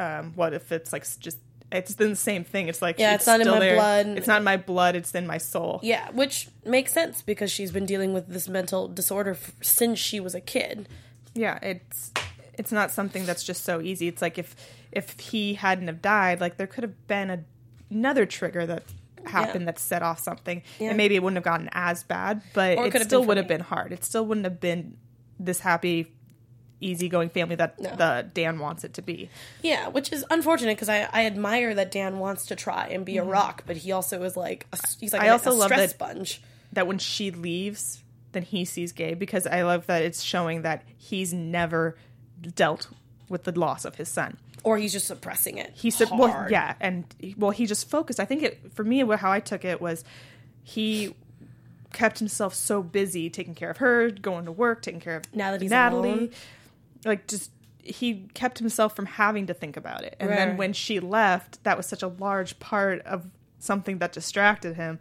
[SPEAKER 1] um, what if it's like s- just it's the same thing. It's like
[SPEAKER 3] Yeah, it's not in
[SPEAKER 1] still
[SPEAKER 3] my
[SPEAKER 1] there.
[SPEAKER 3] blood.
[SPEAKER 1] It's not in my blood. It's in my soul.
[SPEAKER 3] yeah, which makes sense because she's been dealing with this mental disorder f- since she was a kid.
[SPEAKER 1] Yeah, it's it's not something that's just so easy. It's like if if he hadn't have died, like there could have been a, another trigger that happened that set off something,
[SPEAKER 3] Yeah.
[SPEAKER 1] and maybe it wouldn't have gotten as bad, but
[SPEAKER 3] Or it could
[SPEAKER 1] it
[SPEAKER 3] have
[SPEAKER 1] still
[SPEAKER 3] been
[SPEAKER 1] would
[SPEAKER 3] for
[SPEAKER 1] have
[SPEAKER 3] me.
[SPEAKER 1] been hard. It still wouldn't have been this happy easygoing family that
[SPEAKER 3] No.
[SPEAKER 1] the Dan wants it to be.
[SPEAKER 3] Yeah, which is unfortunate because I, I admire that Dan wants to try and be a rock, but he also is like a, he's like
[SPEAKER 1] Mm-hmm. I
[SPEAKER 3] a-
[SPEAKER 1] also
[SPEAKER 3] a
[SPEAKER 1] love
[SPEAKER 3] stress
[SPEAKER 1] that-
[SPEAKER 3] sponge.
[SPEAKER 1] That when she leaves, then he sees Gay because I love that it's showing that he's never dealt with the loss of his son.
[SPEAKER 3] or he's just suppressing it.
[SPEAKER 1] he said well
[SPEAKER 3] hard.
[SPEAKER 1] yeah and well he just focused i think it for me how i took it was he kept himself so busy taking care of her going to work taking care of
[SPEAKER 3] Now that he's
[SPEAKER 1] natalie
[SPEAKER 3] alone.
[SPEAKER 1] like just he kept himself from having to think about it and
[SPEAKER 3] Right.
[SPEAKER 1] then when she left that was such a large part of something that distracted him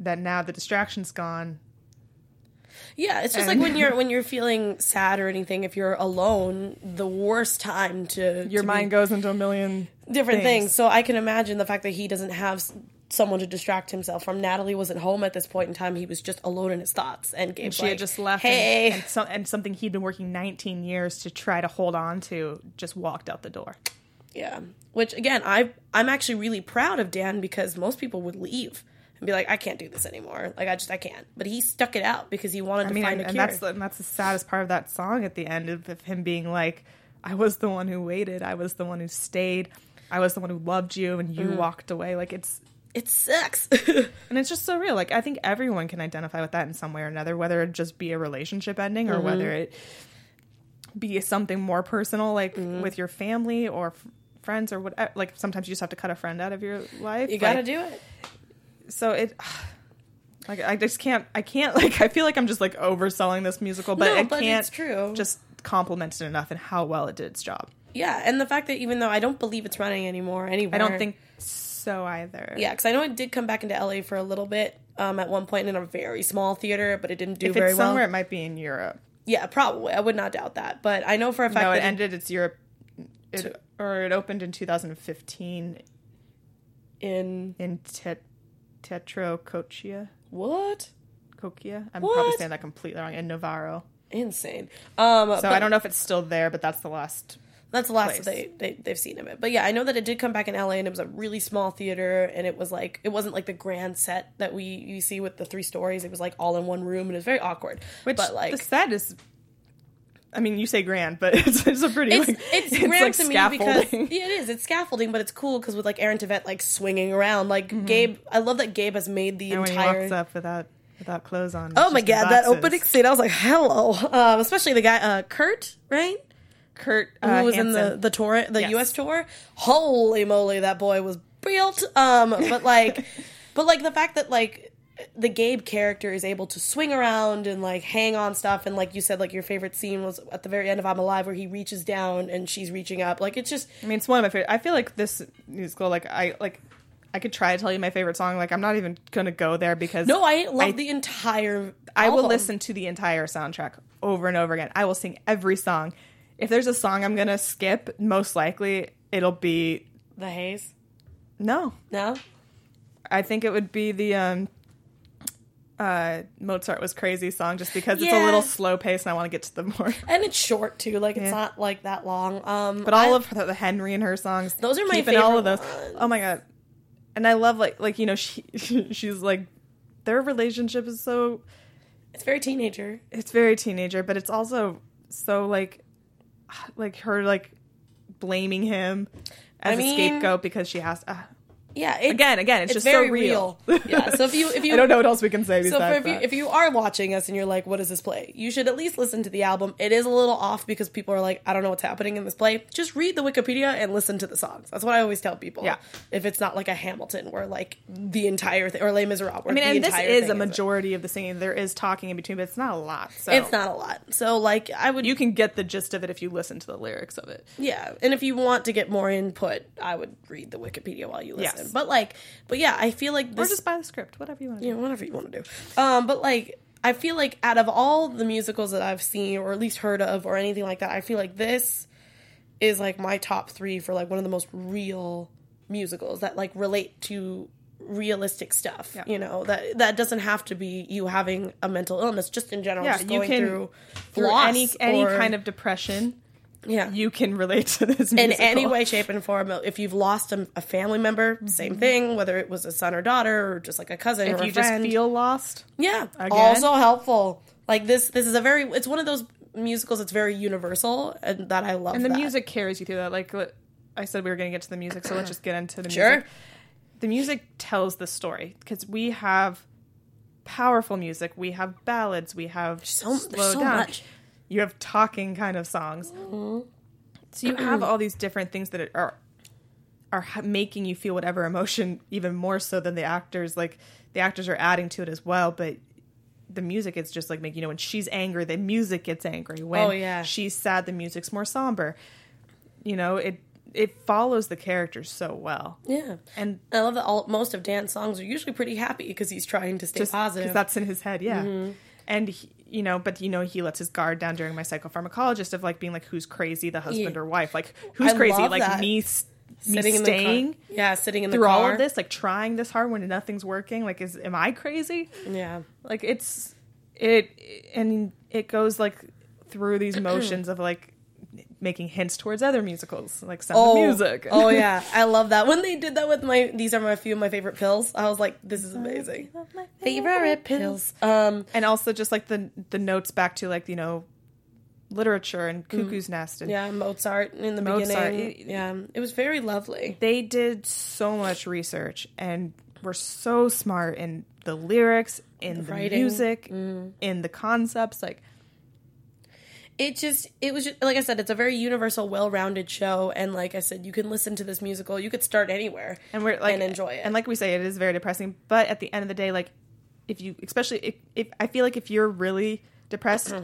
[SPEAKER 1] that now the distraction's gone
[SPEAKER 3] yeah. It's just
[SPEAKER 1] And-
[SPEAKER 3] like when you're when you're feeling sad or anything. If you're alone, the worst time to
[SPEAKER 1] your
[SPEAKER 3] to
[SPEAKER 1] mind goes into a million
[SPEAKER 3] be different
[SPEAKER 1] things.
[SPEAKER 3] things. So I can imagine the fact that he doesn't have s- someone to distract himself from. Natalie wasn't home at this point in time. He was just alone in his thoughts, and, Gabe's
[SPEAKER 1] she had
[SPEAKER 3] like,
[SPEAKER 1] just left and-
[SPEAKER 3] Hey,
[SPEAKER 1] and, some, and something he'd been working 19 years to try to hold on to just walked out the door
[SPEAKER 3] Yeah. Which again, I I'm actually really proud of Dan because most people would leave and be like, I can't do this anymore. Like I just I can't. But he stuck it out because he wanted
[SPEAKER 1] i
[SPEAKER 3] to
[SPEAKER 1] mean and,
[SPEAKER 3] find a
[SPEAKER 1] and
[SPEAKER 3] cure.
[SPEAKER 1] that's the, and that's the saddest part of that song at the end of, of him being like i was the one who waited i was the one who stayed i was the one who loved you and you
[SPEAKER 3] Mm.
[SPEAKER 1] walked away like it's
[SPEAKER 3] it sucks.
[SPEAKER 1] and it's just so real like i think everyone can identify with that in some way or another whether it just be a relationship ending or whether
[SPEAKER 3] Mm-hmm.
[SPEAKER 1] it be something more personal like
[SPEAKER 3] Mm-hmm.
[SPEAKER 1] with your family or f- friends or whatever like sometimes you just have to cut a friend out of your life
[SPEAKER 3] you gotta
[SPEAKER 1] Like,
[SPEAKER 3] do it.
[SPEAKER 1] so it like i just can't i can't like i feel like i'm just like overselling this musical but
[SPEAKER 3] No,
[SPEAKER 1] i
[SPEAKER 3] but
[SPEAKER 1] can't
[SPEAKER 3] it's true.
[SPEAKER 1] just compliment it enough and how well it did its job
[SPEAKER 3] Yeah, and the fact that even though I don't believe it's running anymore anywhere.
[SPEAKER 1] i don't think so either
[SPEAKER 3] Yeah, because I know it did come back into LA for a little bit um, at one point in a very small theater, but it didn't do
[SPEAKER 1] if
[SPEAKER 3] very
[SPEAKER 1] it's somewhere
[SPEAKER 3] well.
[SPEAKER 1] it might be in europe
[SPEAKER 3] Yeah, probably. I would not doubt that. But I know for a fact
[SPEAKER 1] no it
[SPEAKER 3] that it-
[SPEAKER 1] ended its europe it, or it opened in 2015
[SPEAKER 3] in
[SPEAKER 1] in Tet- tetrocochia
[SPEAKER 3] what?
[SPEAKER 1] Cochia? i'm probably
[SPEAKER 3] What?
[SPEAKER 1] saying that completely wrong in navarro
[SPEAKER 3] Insane. Um,
[SPEAKER 1] so i don't know if it's still there but that's the last
[SPEAKER 3] That's the last
[SPEAKER 1] place.
[SPEAKER 3] they, they they've seen of it. But yeah, I know that it did come back in LA and it was a really small theater and it was like it wasn't like the grand set that we you see with the three stories. It was like all in one room and it was very awkward.
[SPEAKER 1] Which
[SPEAKER 3] but like
[SPEAKER 1] the set is, I mean, you say grand, but it's, it's a pretty
[SPEAKER 3] it's,
[SPEAKER 1] like,
[SPEAKER 3] it's, grand to me because yeah, it is. It's scaffolding, but it's cool because with like Aaron Tveit like swinging around, like Gabe. I love that Gabe has made
[SPEAKER 1] Mm-hmm.
[SPEAKER 3] the
[SPEAKER 1] and when he
[SPEAKER 3] entire
[SPEAKER 1] walks up without without clothes on.
[SPEAKER 3] oh
[SPEAKER 1] it's
[SPEAKER 3] my
[SPEAKER 1] just the
[SPEAKER 3] god that
[SPEAKER 1] boxes.
[SPEAKER 3] opening scene. I was like hello, um, especially the guy uh, Kurt right.
[SPEAKER 1] Kurt
[SPEAKER 3] who
[SPEAKER 1] uh,
[SPEAKER 3] was in the
[SPEAKER 1] Hansen.
[SPEAKER 3] the tour, the
[SPEAKER 1] Yes.
[SPEAKER 3] U.S. tour. Holy moly, that boy was built. Um, but like, but like the fact that like the Gabe character is able to swing around and like hang on stuff, and like you said, like your favorite scene was at the very end of I'm Alive, where he reaches down and she's reaching up. Like it's just
[SPEAKER 1] I mean, it's one of my favorite. I feel like this musical, like I like, I could try to tell you my favorite song. Like I'm not even gonna go there because
[SPEAKER 3] no, I love
[SPEAKER 1] I-
[SPEAKER 3] the entire.
[SPEAKER 1] I will
[SPEAKER 3] album.
[SPEAKER 1] listen to the entire soundtrack over and over again. I will sing every song. If there's a song I'm gonna skip, most likely it'll be
[SPEAKER 3] The Haze.
[SPEAKER 1] no.
[SPEAKER 3] No,
[SPEAKER 1] I think it would be the um uh Mozart was crazy song just because it's a
[SPEAKER 3] Yeah.
[SPEAKER 1] little slow paced and I want to get to the more.
[SPEAKER 3] and it's short too. Like it's
[SPEAKER 1] Yeah.
[SPEAKER 3] not like that long. Um,
[SPEAKER 1] But all of the, the Henry and her songs,
[SPEAKER 3] Those are my
[SPEAKER 1] keeping all of
[SPEAKER 3] favorite
[SPEAKER 1] those. Oh my god! And I love like like you know she she's like their relationship is so
[SPEAKER 3] it's very teenager.
[SPEAKER 1] it's very teenager, but it's also so like like her like blaming him as
[SPEAKER 3] I mean-
[SPEAKER 1] a scapegoat because she has. Uh,
[SPEAKER 3] Yeah, it,
[SPEAKER 1] again, again, it's, just
[SPEAKER 3] it's, very
[SPEAKER 1] so real.
[SPEAKER 3] real. yeah. So if you if you
[SPEAKER 1] I don't know what else we can say
[SPEAKER 3] So for
[SPEAKER 1] besides
[SPEAKER 3] if you,
[SPEAKER 1] that.
[SPEAKER 3] if you are watching us and you're like, what is this play? You should at least listen to the album. It is a little off because people are like, I don't know what's happening in this play. Just read the Wikipedia and listen to the songs. That's what I always tell people.
[SPEAKER 1] Yeah.
[SPEAKER 3] If it's not like a Hamilton where like the entire thing or Les Miserables. Where
[SPEAKER 1] I mean,
[SPEAKER 3] the
[SPEAKER 1] and this
[SPEAKER 3] entire
[SPEAKER 1] is
[SPEAKER 3] thing
[SPEAKER 1] a majority of the singing. There is talking in between, but it's not a lot. So
[SPEAKER 3] It's not a lot. So like I would
[SPEAKER 1] You can get the gist of it if you listen to the lyrics of it.
[SPEAKER 3] Yeah, and if you want to get more input, I would read the Wikipedia while you listen.
[SPEAKER 1] Yes.
[SPEAKER 3] But like, but yeah, I feel like
[SPEAKER 1] Or
[SPEAKER 3] this
[SPEAKER 1] just buy the script, whatever you want to
[SPEAKER 3] you
[SPEAKER 1] do.
[SPEAKER 3] know, whatever you want to do. Um, but like, I feel like out of all the musicals that I've seen, or at least heard of, or anything like that, I feel like this is like my top three for like one of the most real musicals that like relate to realistic stuff.
[SPEAKER 1] Yeah.
[SPEAKER 3] You know that that doesn't have to be you having a mental illness. Just in general,
[SPEAKER 1] Yeah,
[SPEAKER 3] just
[SPEAKER 1] you
[SPEAKER 3] going
[SPEAKER 1] can
[SPEAKER 3] through,
[SPEAKER 1] Through
[SPEAKER 3] loss
[SPEAKER 1] any any
[SPEAKER 3] or-
[SPEAKER 1] kind of depression,
[SPEAKER 3] yeah
[SPEAKER 1] you can relate to this musical.
[SPEAKER 3] in any way, shape, and form. uh, If you've lost a, a family member, same thing. Whether it was a son or daughter, or just like a cousin,
[SPEAKER 1] Mm-hmm. If
[SPEAKER 3] or a
[SPEAKER 1] you just
[SPEAKER 3] friend.
[SPEAKER 1] feel lost,
[SPEAKER 3] Yeah.
[SPEAKER 1] Again.
[SPEAKER 3] Also helpful. Like this this is a very it's one of those musicals, it's very universal, and that I love.
[SPEAKER 1] And the
[SPEAKER 3] that.
[SPEAKER 1] music carries you through that. Like what- I said, we were going to get to the music, so let's just get into the
[SPEAKER 3] Uh-huh. Sure.
[SPEAKER 1] music. The music tells the story because we have powerful music, we have ballads, we have
[SPEAKER 3] so- there's
[SPEAKER 1] slow
[SPEAKER 3] so
[SPEAKER 1] down.
[SPEAKER 3] much. Mm-hmm.
[SPEAKER 1] You have talking kind of songs. So you have all these different things that are are ha- making you feel whatever emotion even more so than the actors. Like the actors are adding to it as well, but the music is just like making you know when she's angry, the music gets angry. When
[SPEAKER 3] Oh, yeah.
[SPEAKER 1] she's sad, the music's more somber. You know it it follows the characters so well.
[SPEAKER 3] Yeah.
[SPEAKER 1] And
[SPEAKER 3] I love that all, most of Dan's songs are usually pretty happy because he's trying to stay
[SPEAKER 1] just
[SPEAKER 3] positive.
[SPEAKER 1] because
[SPEAKER 3] Mm-hmm.
[SPEAKER 1] that's in his head yeah and he, you know but you know he lets his guard down during my psychopharmacologist of like being like who's crazy the husband
[SPEAKER 3] Yeah.
[SPEAKER 1] or wife like who's
[SPEAKER 3] I
[SPEAKER 1] crazy
[SPEAKER 3] love
[SPEAKER 1] like
[SPEAKER 3] that.
[SPEAKER 1] me s- me
[SPEAKER 3] sitting
[SPEAKER 1] staying
[SPEAKER 3] in the car. Yeah, sitting in the
[SPEAKER 1] through
[SPEAKER 3] car.
[SPEAKER 1] all of this like trying this hard when nothing's working like is am i crazy
[SPEAKER 3] Yeah.
[SPEAKER 1] like it's it and it goes like through these motions of like making hints towards other musicals like sound of music
[SPEAKER 3] oh yeah, I love that. When they did that with my these are my few of my favorite pills, I was like, this is amazing. Favorite pills. Um,
[SPEAKER 1] and also just like the the notes back to like you know literature and cuckoo's nest and
[SPEAKER 3] Mm-hmm. yeah, Mozart in the
[SPEAKER 1] Mozart.
[SPEAKER 3] beginning. Yeah, it was very lovely.
[SPEAKER 1] they did so much research and were so smart in the lyrics in the,
[SPEAKER 3] writing. Mm.
[SPEAKER 1] music in the concepts like
[SPEAKER 3] It just it was just, like I said, it's a very universal, well-rounded show, and like I said, you can listen to this musical. You could start anywhere
[SPEAKER 1] and we're like
[SPEAKER 3] and enjoy it.
[SPEAKER 1] and like we say it is very depressing but at the end of the day like if you especially if, if i feel like if you're really depressed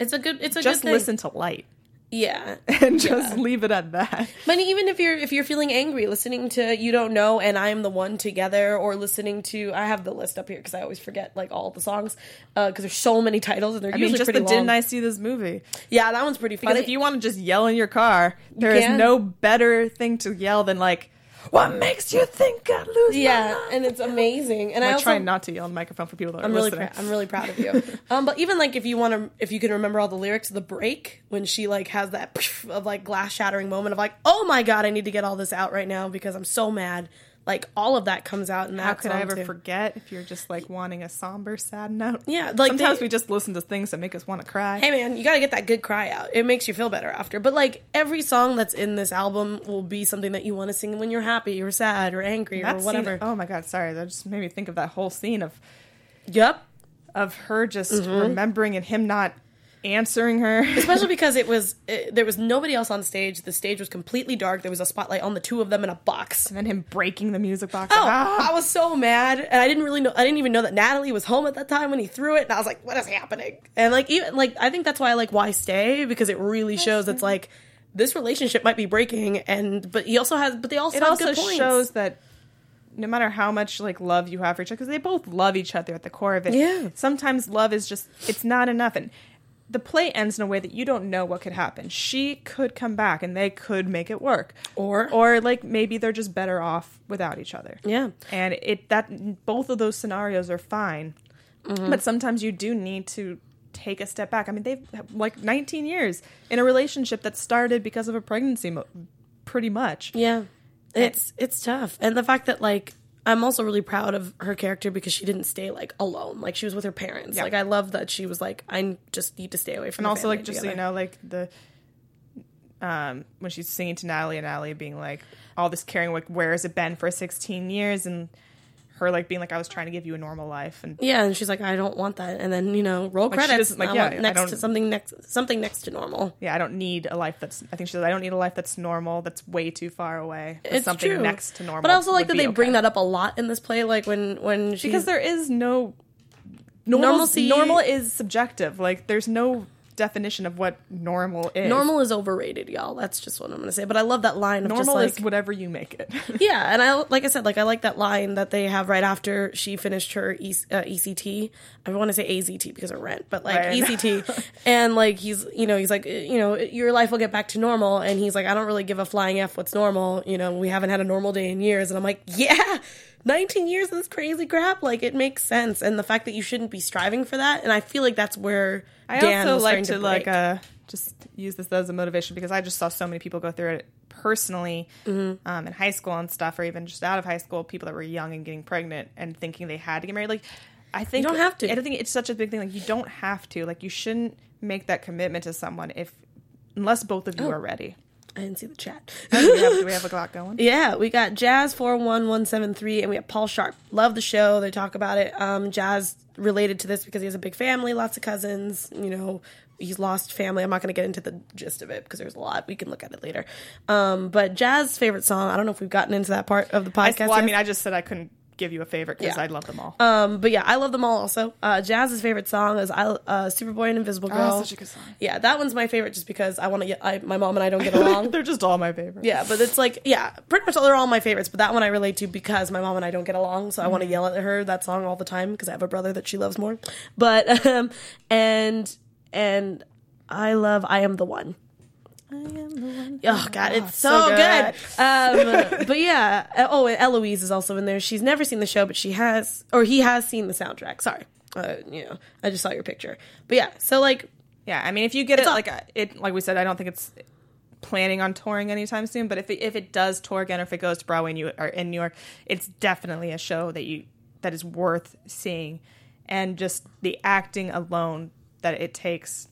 [SPEAKER 3] it's a good it's a
[SPEAKER 1] just
[SPEAKER 3] Mm. good thing.
[SPEAKER 1] listen to light
[SPEAKER 3] Yeah,
[SPEAKER 1] and just leave it at that
[SPEAKER 3] But even if you're if you're feeling angry, listening to "You Don't Know" and "I Am the One" together, or listening to I have the list up here because I always forget like all the songs because there's so many titles and they're
[SPEAKER 1] i mean
[SPEAKER 3] usually
[SPEAKER 1] just
[SPEAKER 3] pretty
[SPEAKER 1] the
[SPEAKER 3] long.
[SPEAKER 1] didn't i see this movie
[SPEAKER 3] yeah, that one's pretty
[SPEAKER 1] because
[SPEAKER 3] funny.
[SPEAKER 1] if you want to just yell in your car there is
[SPEAKER 3] can.
[SPEAKER 1] no better thing to yell than like what makes you think i lose my
[SPEAKER 3] yeah,
[SPEAKER 1] mind?"
[SPEAKER 3] and it's amazing. And I
[SPEAKER 1] I
[SPEAKER 3] also,
[SPEAKER 1] try not to yell in the microphone for people that are
[SPEAKER 3] I'm really
[SPEAKER 1] listening.
[SPEAKER 3] pr- I'm really proud of you. um, but even like if you want to if you can remember all the lyrics, the break when she like has that poof of like glass shattering moment of like oh my god, I need to get all this out right now because I'm so mad. Like all of that comes out in that
[SPEAKER 1] How could I
[SPEAKER 3] song,
[SPEAKER 1] ever
[SPEAKER 3] too.
[SPEAKER 1] forget if you're just like wanting a somber, sad note?
[SPEAKER 3] Yeah, like
[SPEAKER 1] sometimes
[SPEAKER 3] they-
[SPEAKER 1] we just listen to things that make us want to cry.
[SPEAKER 3] hey man, you gotta get that good cry out. It makes you feel better after. But like every song that's in this album will be something that you want to sing when you're happy or sad or angry
[SPEAKER 1] That
[SPEAKER 3] or
[SPEAKER 1] scene-
[SPEAKER 3] whatever.
[SPEAKER 1] oh my god, sorry, that just made me think of that whole scene of
[SPEAKER 3] Yep.
[SPEAKER 1] of her just
[SPEAKER 3] Mm-hmm.
[SPEAKER 1] remembering and him not answering her.
[SPEAKER 3] Especially because it was it, there was nobody else on stage. The stage was completely dark. There was a spotlight on the two of them in a box.
[SPEAKER 1] And then him breaking the music box.
[SPEAKER 3] Oh,
[SPEAKER 1] Ah.
[SPEAKER 3] I was so mad, and I didn't really know. I didn't even know that Natalie was home at that time when he threw it, and I was like, "What is happening?" And like, even like, I think that's why I like "Why Stay" because it really shows it's like this relationship might be breaking, and but he also has, but they also
[SPEAKER 1] it
[SPEAKER 3] have
[SPEAKER 1] also
[SPEAKER 3] good points.
[SPEAKER 1] shows that no matter how much like love you have for each other, because they both love each other at the core of it.
[SPEAKER 3] Yeah.
[SPEAKER 1] Sometimes love is just it's not enough, and the play ends in a way that you don't know what could happen. She could come back, and they could make it work,
[SPEAKER 3] Or-
[SPEAKER 1] or like maybe they're just better off without each other.
[SPEAKER 3] Yeah.
[SPEAKER 1] and it that both of those scenarios are fine, but sometimes you do need to take a step back. I mean, they've like 19 years in a relationship that started because of a pregnancy, mo- pretty much.
[SPEAKER 3] Yeah. It's it's tough. And the fact that like I'm also really proud of her character because she didn't stay like alone. Like she was with her parents.
[SPEAKER 1] Yeah.
[SPEAKER 3] Like I love that she was like I just need to stay away
[SPEAKER 1] and
[SPEAKER 3] from the
[SPEAKER 1] also like
[SPEAKER 3] family
[SPEAKER 1] just so you
[SPEAKER 3] together.
[SPEAKER 1] know like the um when she's singing to natalie and natalie being like all this caring like where has it been for 16 years and her like being like i was trying to give you a normal life and
[SPEAKER 3] Yeah, and she's like I don't want that. And then, you know, roll
[SPEAKER 1] she
[SPEAKER 3] credits.
[SPEAKER 1] doesn't- like,
[SPEAKER 3] I
[SPEAKER 1] yeah,
[SPEAKER 3] want
[SPEAKER 1] I
[SPEAKER 3] next
[SPEAKER 1] don't-
[SPEAKER 3] to something next something next to normal.
[SPEAKER 1] yeah i don't need a life that's i think she said i don't need a life that's normal that's way too far away but
[SPEAKER 3] It's
[SPEAKER 1] something
[SPEAKER 3] true.
[SPEAKER 1] next to normal
[SPEAKER 3] But I also like
[SPEAKER 1] would
[SPEAKER 3] that
[SPEAKER 1] be
[SPEAKER 3] they bring
[SPEAKER 1] okay."
[SPEAKER 3] that up a lot in this play like when when she
[SPEAKER 1] because there is no normal
[SPEAKER 3] Normalcy-
[SPEAKER 1] normal is subjective like there's no definition of what normal is
[SPEAKER 3] normal is overrated, y'all. That's just what I'm going to say. But I love that line of just
[SPEAKER 1] normal
[SPEAKER 3] like
[SPEAKER 1] is whatever you make it
[SPEAKER 3] Yeah, and I like I said, like I like that line that they have right after she finished her e- uh, ECT. I want to say AZT because of rent, but like
[SPEAKER 1] Right.
[SPEAKER 3] ECT, and like he's you know he's like eh, you know your life will get back to normal, and he's like I don't really give a flying f what's normal. You know we haven't had a normal day in years, and I'm like yeah, 19 years of this crazy crap. Like it makes sense, and the fact that you shouldn't be striving for that, and I feel like that's where
[SPEAKER 1] I
[SPEAKER 3] Dan
[SPEAKER 1] also
[SPEAKER 3] was
[SPEAKER 1] like
[SPEAKER 3] starting
[SPEAKER 1] to,
[SPEAKER 3] to
[SPEAKER 1] like
[SPEAKER 3] break.
[SPEAKER 1] uh, just use this as a motivation because I just saw so many people go through it personally
[SPEAKER 3] Mm-hmm.
[SPEAKER 1] um, in high school and stuff, or even just out of high school, people that were young and getting pregnant and thinking they had to get married. Like, I think
[SPEAKER 3] don't have to.
[SPEAKER 1] I don't think it's such a big thing. Like, you don't have to. Like, you shouldn't make that commitment to someone if unless both
[SPEAKER 3] Oh.
[SPEAKER 1] of you are ready.
[SPEAKER 3] I didn't see the chat.
[SPEAKER 1] Do we have, do we have a clock going?
[SPEAKER 3] Yeah, we got Jazz four one one seven three, and we have Paul Sharp. Love the show. They talk about it. Um, Jazz related to this because he has a big family, lots of cousins. You know, he's lost family. I'm not going to get into the gist of it because there's a lot. We can look at it later. Um, but Jazz favorite song. I don't know if we've gotten into that part of the
[SPEAKER 1] I,
[SPEAKER 3] podcast.
[SPEAKER 1] well, I
[SPEAKER 3] yet.
[SPEAKER 1] mean, I just said I couldn't give you a favorite because
[SPEAKER 3] Yeah.
[SPEAKER 1] I love them all.
[SPEAKER 3] Um, but yeah, I love them all. Also, uh, Jazz's favorite song is "I uh, Superboy and Invisible Girl."
[SPEAKER 1] Oh, such a good song.
[SPEAKER 3] Yeah, that one's my favorite just because I want to. I, my mom and I don't get along.
[SPEAKER 1] They're just all my favorites.
[SPEAKER 3] yeah, but it's like yeah, pretty much all they're all my favorites. But that one I relate to because my mom and I don't get along, so I want to yell at her that song all the time because I have a brother that she loves more. But um, and and I love "I Am the One." Oh God, it's so,
[SPEAKER 1] so
[SPEAKER 3] good.
[SPEAKER 1] good.
[SPEAKER 3] Um, but yeah, uh, oh, and Eloise is also in there. She's never seen the show, but she has, or he has seen the soundtrack. Sorry, uh, you know, I just saw your picture. But yeah, so like,
[SPEAKER 1] Yeah, I mean, if you get
[SPEAKER 3] It's
[SPEAKER 1] it,
[SPEAKER 3] all-
[SPEAKER 1] like uh, it, like we said, I don't think it's planning on touring anytime soon. But if it, if it does tour again, or if it goes to Broadway in New, or in New York, it's definitely a show that you that is worth seeing, and just the acting alone that it takes,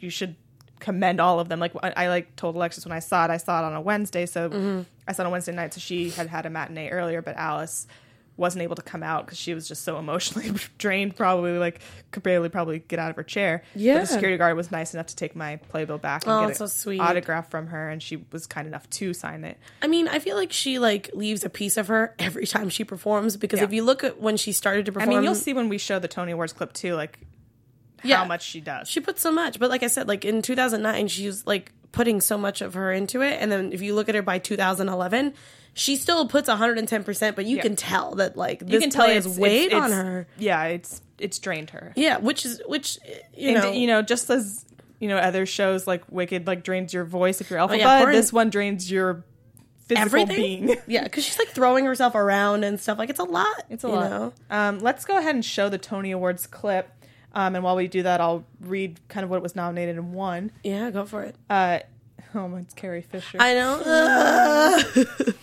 [SPEAKER 1] you should commend all of them. Like I, I like told Alexis when I saw it, I saw it on a Wednesday, so
[SPEAKER 3] Mm-hmm.
[SPEAKER 1] I saw it on Wednesday night. So she had had a matinee earlier, but Alice wasn't able to come out because she was just so emotionally drained probably like could barely probably get out of her chair
[SPEAKER 3] Yeah.
[SPEAKER 1] but the security guard was nice enough to take my playbill back and
[SPEAKER 3] Oh,
[SPEAKER 1] get
[SPEAKER 3] so
[SPEAKER 1] an
[SPEAKER 3] sweet.
[SPEAKER 1] autograph from her and she was kind enough to sign it
[SPEAKER 3] I mean, I feel like she like leaves a piece of her every time she performs because
[SPEAKER 1] Yeah.
[SPEAKER 3] if you look at when she started to
[SPEAKER 1] i
[SPEAKER 3] perform,
[SPEAKER 1] mean you'll see when we show the tony awards clip too like
[SPEAKER 3] Yeah.
[SPEAKER 1] how much she does
[SPEAKER 3] she put so much. But like I said, like in 2009, she was like putting so much of her into it, and then if you look at her by 2011. She still puts 110%, but you
[SPEAKER 1] Yeah.
[SPEAKER 3] can tell that like this
[SPEAKER 1] you can tell
[SPEAKER 3] play
[SPEAKER 1] it's
[SPEAKER 3] has weighed
[SPEAKER 1] it's-
[SPEAKER 3] on
[SPEAKER 1] it's-
[SPEAKER 3] her.
[SPEAKER 1] yeah it's it's drained her
[SPEAKER 3] Yeah, which is which uh, you
[SPEAKER 1] and
[SPEAKER 3] know
[SPEAKER 1] you know just as you know other shows like wicked like drains your voice if you're alpha
[SPEAKER 3] Oh, yeah,
[SPEAKER 1] bud,
[SPEAKER 3] Porn-
[SPEAKER 1] this one drains your physical
[SPEAKER 3] everything.
[SPEAKER 1] being
[SPEAKER 3] yeah, because she's like throwing herself around and stuff. Like it's a lot.
[SPEAKER 1] It's a
[SPEAKER 3] you
[SPEAKER 1] lot.
[SPEAKER 3] know?
[SPEAKER 1] Um, let's go ahead and show the Tony Awards clip. Um, and while we do that, I'll read kind of what was nominated and won.
[SPEAKER 3] Yeah, go for it.
[SPEAKER 1] Uh, oh, mine's Carrie Fisher.
[SPEAKER 3] I know. Ugh.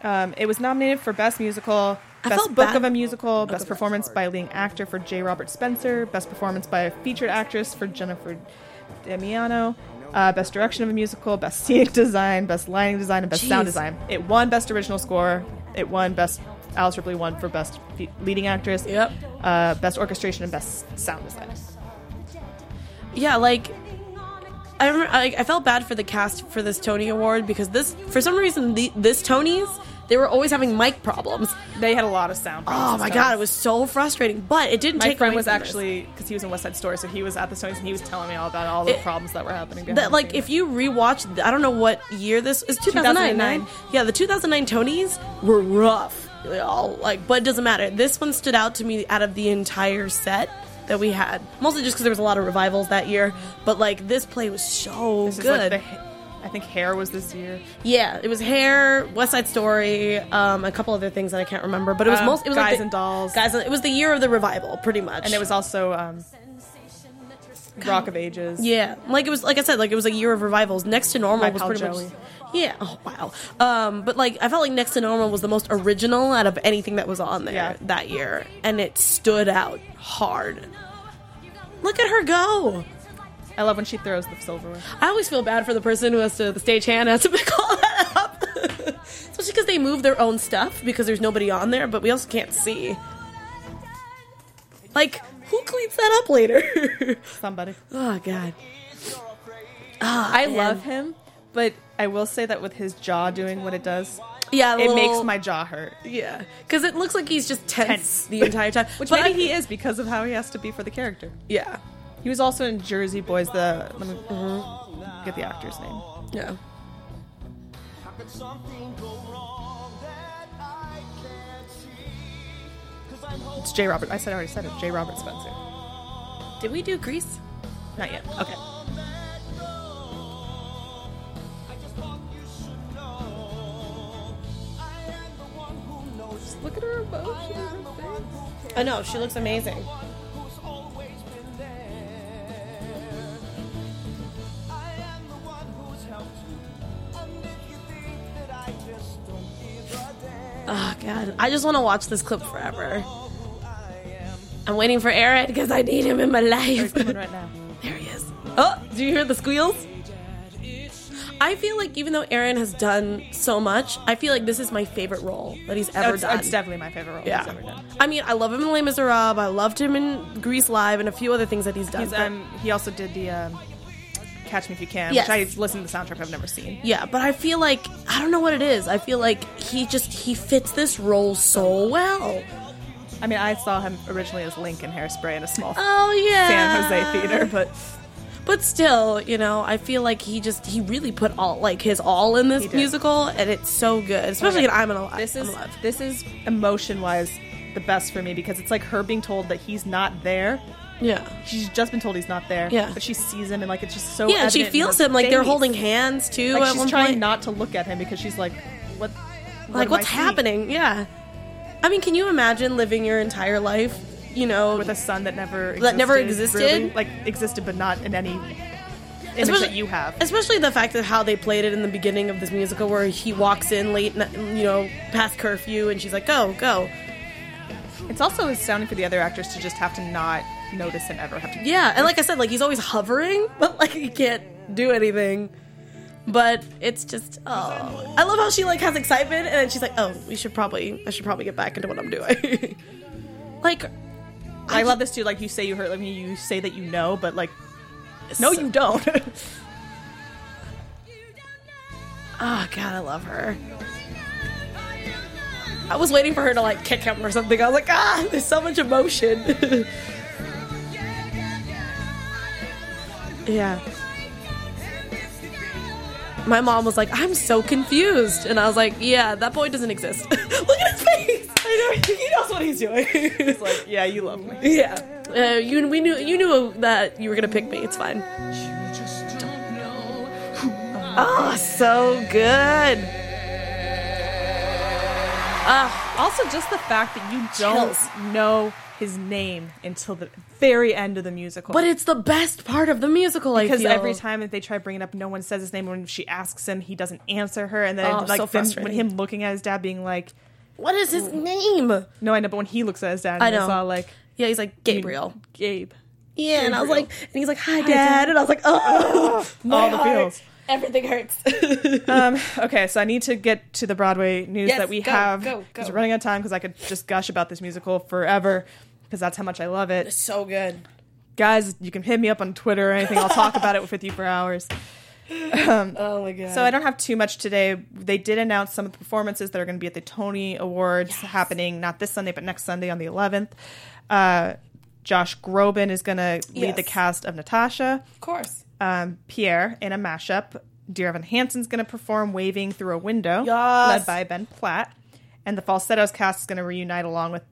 [SPEAKER 1] Um, it was nominated for Best Musical,
[SPEAKER 3] I
[SPEAKER 1] Best
[SPEAKER 3] felt
[SPEAKER 1] Book
[SPEAKER 3] bad-
[SPEAKER 1] of a Musical, Best Performance by a Leading Actor for J. Robert Spencer, Best Performance by a Featured Actress for Jennifer Damiano, uh, Best Direction of a Musical, Best Scenic Design, Best Lighting Design, and Best
[SPEAKER 3] Jeez.
[SPEAKER 1] Sound Design. It won Best Original Score. It won Best. Alice Ripley won for Best Fe- Leading Actress.
[SPEAKER 3] Yep.
[SPEAKER 1] Uh, best Orchestration and Best Sound Design.
[SPEAKER 3] yeah, like I remember, I, I felt bad for the cast for this Tony Award because this for some reason the, this Tony's they were always having mic problems.
[SPEAKER 1] They had a lot of sound.
[SPEAKER 3] Oh
[SPEAKER 1] problems
[SPEAKER 3] my
[SPEAKER 1] and
[SPEAKER 3] god,
[SPEAKER 1] stuff.
[SPEAKER 3] it was so frustrating. But it didn't
[SPEAKER 1] My
[SPEAKER 3] take
[SPEAKER 1] friend
[SPEAKER 3] away
[SPEAKER 1] was
[SPEAKER 3] from this.
[SPEAKER 1] actually because he was in West Side Story, so he was at the Stonys and he was telling me all about all the
[SPEAKER 3] It-
[SPEAKER 1] problems that were happening.
[SPEAKER 3] that like if you rewatch th- i don't know what year this is 2009,
[SPEAKER 1] 2009.
[SPEAKER 3] yeah the 2009 tonys were rough They all like but it doesn't matter this one stood out to me out of the entire set that we had mostly just because there was a lot of revivals that year but like this play was so
[SPEAKER 1] This is, like,
[SPEAKER 3] good
[SPEAKER 1] the ha- I think Hair was this year.
[SPEAKER 3] yeah it was hair west side story um, a couple other things that i can't remember but it was
[SPEAKER 1] Um,
[SPEAKER 3] most it was like
[SPEAKER 1] Guys
[SPEAKER 3] the-
[SPEAKER 1] and Dolls.
[SPEAKER 3] guys and- it was the year of the revival pretty much
[SPEAKER 1] And it was also um, Rock of Ages.
[SPEAKER 3] Yeah, like it was, like I said, like it was a year of revivals. Next to Normal
[SPEAKER 1] My
[SPEAKER 3] was
[SPEAKER 1] Pal
[SPEAKER 3] pretty
[SPEAKER 1] Joey.
[SPEAKER 3] much. Yeah. Oh wow. Um, but like I felt like Next to Normal was the most original out of anything that was on there
[SPEAKER 1] Yeah.
[SPEAKER 3] that year, and it stood out hard. Look at her go.
[SPEAKER 1] I love when she throws the silverware.
[SPEAKER 3] I always feel bad for the person who has to, the stagehand has to pick all that up, especially because they move their own stuff because there's nobody on there, but we also can't see. Like, who cleans that up later?
[SPEAKER 1] Somebody.
[SPEAKER 3] oh God.
[SPEAKER 1] I love him, but I will say that with his jaw doing what it does,
[SPEAKER 3] Yeah,
[SPEAKER 1] it makes
[SPEAKER 3] little-
[SPEAKER 1] my jaw hurt.
[SPEAKER 3] Yeah, because it looks like he's just tense,
[SPEAKER 1] Tense.
[SPEAKER 3] the entire time.
[SPEAKER 1] Which
[SPEAKER 3] But
[SPEAKER 1] maybe
[SPEAKER 3] I-
[SPEAKER 1] he is because of how he has to be for the character.
[SPEAKER 3] Yeah,
[SPEAKER 1] He was also in Jersey Boys. The let me
[SPEAKER 3] Mm-hmm.
[SPEAKER 1] get the actor's name.
[SPEAKER 3] yeah.
[SPEAKER 4] How could something go wrong that I can't see? Cause I'm hoping
[SPEAKER 1] It's J. Robert. I said I already said it. J. Robert Spencer.
[SPEAKER 3] Did we do Grease?
[SPEAKER 1] Not yet. Okay.
[SPEAKER 4] that no. I just thought you should know. I am the one who knows.
[SPEAKER 1] Look at her
[SPEAKER 4] I
[SPEAKER 1] emotion.
[SPEAKER 4] am the one who cares.
[SPEAKER 3] I know she looks amazing.
[SPEAKER 4] one who's always been there. I am the one who's helped you. And if you think that I just don't give a
[SPEAKER 3] Oh
[SPEAKER 4] damn.
[SPEAKER 3] God, I just want to watch this clip forever.
[SPEAKER 4] who I am.
[SPEAKER 3] I'm waiting for Eric because I need him in my life.
[SPEAKER 1] Coming right now.
[SPEAKER 3] there he is. Oh, do you hear the squeals? I feel like even though Aaron has done so much, I feel like this is my favorite role that he's ever
[SPEAKER 1] That's,
[SPEAKER 3] done.
[SPEAKER 1] that's definitely my favorite role
[SPEAKER 3] yeah.
[SPEAKER 1] he's ever done.
[SPEAKER 3] I mean, I love him in Les Miserables. I loved him in Grease Live and a few other things that he's done.
[SPEAKER 1] He's,
[SPEAKER 3] but-
[SPEAKER 1] um, he also did the um, Catch Me If You Can,
[SPEAKER 3] Yes.
[SPEAKER 1] which I listened to the soundtrack I've never seen.
[SPEAKER 3] Yeah, but I feel like I don't know what it is. I feel like he just he fits this role so well.
[SPEAKER 1] I mean, I saw him originally as Link in Hairspray in a small
[SPEAKER 3] Oh yeah,
[SPEAKER 1] San Jose theater, but
[SPEAKER 3] But still, you know, I feel like he just he really put all like his all in
[SPEAKER 1] He
[SPEAKER 3] this
[SPEAKER 1] did.
[SPEAKER 3] musical, and it's so good. Especially in I'm an alive.
[SPEAKER 1] this
[SPEAKER 3] I'm
[SPEAKER 1] is
[SPEAKER 3] Alive.
[SPEAKER 1] this is emotion wise the best for me because it's like her being told that he's not there.
[SPEAKER 3] yeah.
[SPEAKER 1] She's just been told he's not there.
[SPEAKER 3] Yeah.
[SPEAKER 1] But she sees him and like it's just so
[SPEAKER 3] Yeah, and she
[SPEAKER 1] evident in
[SPEAKER 3] feels
[SPEAKER 1] her
[SPEAKER 3] him like they're
[SPEAKER 1] face.
[SPEAKER 3] holding hands too.
[SPEAKER 1] Like
[SPEAKER 3] at
[SPEAKER 1] she's
[SPEAKER 3] one
[SPEAKER 1] trying
[SPEAKER 3] point.
[SPEAKER 1] not to look at him because she's like, what? what
[SPEAKER 3] like
[SPEAKER 1] am
[SPEAKER 3] what's
[SPEAKER 1] I seeing?
[SPEAKER 3] happening? Yeah, I mean, can you imagine living your entire life, you know,
[SPEAKER 1] with a son that never existed,
[SPEAKER 3] That never existed?
[SPEAKER 1] really? like existed but not in any image that you have.
[SPEAKER 3] Especially the fact of how they played it in the beginning of this musical, where he walks in late, you know, past curfew, and she's like, "Go, go."
[SPEAKER 1] It's also astounding for the other actors to just have to not notice him ever. Have to
[SPEAKER 3] Yeah, and like I said, like he's always hovering, but like he can't do anything. But it's just, oh, I love how she like has excitement, and then she's like, "Oh, we should probably, I should probably get back into what I'm doing." like,
[SPEAKER 1] I love this too. Like you say you hurt. I mean, you say that you know, but like, no, you don't.
[SPEAKER 3] oh god, I love her. I was waiting for her to like kick him or something. I was like, ah, there's so much emotion. yeah. My mom was like, I'm so confused. And I was like, yeah, that boy doesn't exist. Look at his face. I know. He knows what he's doing.
[SPEAKER 1] it's like, yeah, you love me.
[SPEAKER 3] yeah. Uh, you, we knew, you knew that you were going to pick me. It's fine. Oh, so good.
[SPEAKER 1] Also, just the fact that you don't know his name until the very end of the musical.
[SPEAKER 3] But it's the best part of the musical, I
[SPEAKER 1] because
[SPEAKER 3] feel.
[SPEAKER 1] every time that they try to bring it up, no one says his name. When she asks him, he doesn't answer her, and then
[SPEAKER 3] Oh,
[SPEAKER 1] like
[SPEAKER 3] so
[SPEAKER 1] them- when
[SPEAKER 3] frustrating.
[SPEAKER 1] him looking at his dad, being like,
[SPEAKER 3] What is his name?
[SPEAKER 1] "No, I know," but when he looks at his dad, and
[SPEAKER 3] I know.
[SPEAKER 1] it's all like
[SPEAKER 3] Yeah, he's like Gabriel.
[SPEAKER 1] Gabe.
[SPEAKER 3] Yeah, and I was like, and he's like, Mm. "Hi, Dad,",
[SPEAKER 1] Dad.
[SPEAKER 3] and I was like, "Oh,
[SPEAKER 1] All the feels.
[SPEAKER 3] everything hurts."
[SPEAKER 1] Um, okay, so I need to get to the Broadway news
[SPEAKER 3] Yes,
[SPEAKER 1] that we
[SPEAKER 3] go,
[SPEAKER 1] have
[SPEAKER 3] go, go.
[SPEAKER 1] we're running out of time because I could just gush about this musical forever because that's how much I love it.
[SPEAKER 3] so good.
[SPEAKER 1] Guys, you can hit me up on Twitter or anything. I'll talk about it with you for hours.
[SPEAKER 3] Oh my god.
[SPEAKER 1] So I don't have too much today. They did announce some of the performances that are going to be at the Tony Awards happening not this Sunday but next Sunday on the 11th. Uh, Josh Groban is going to lead
[SPEAKER 3] Yes.
[SPEAKER 1] the cast of Natasha.
[SPEAKER 3] of course.
[SPEAKER 1] um, Pierre in a mashup. Dear Evan Hansen's going to perform Waving Through a Window,
[SPEAKER 3] Yes.
[SPEAKER 1] led by Ben Platt. And the Falsettos cast is going to reunite along with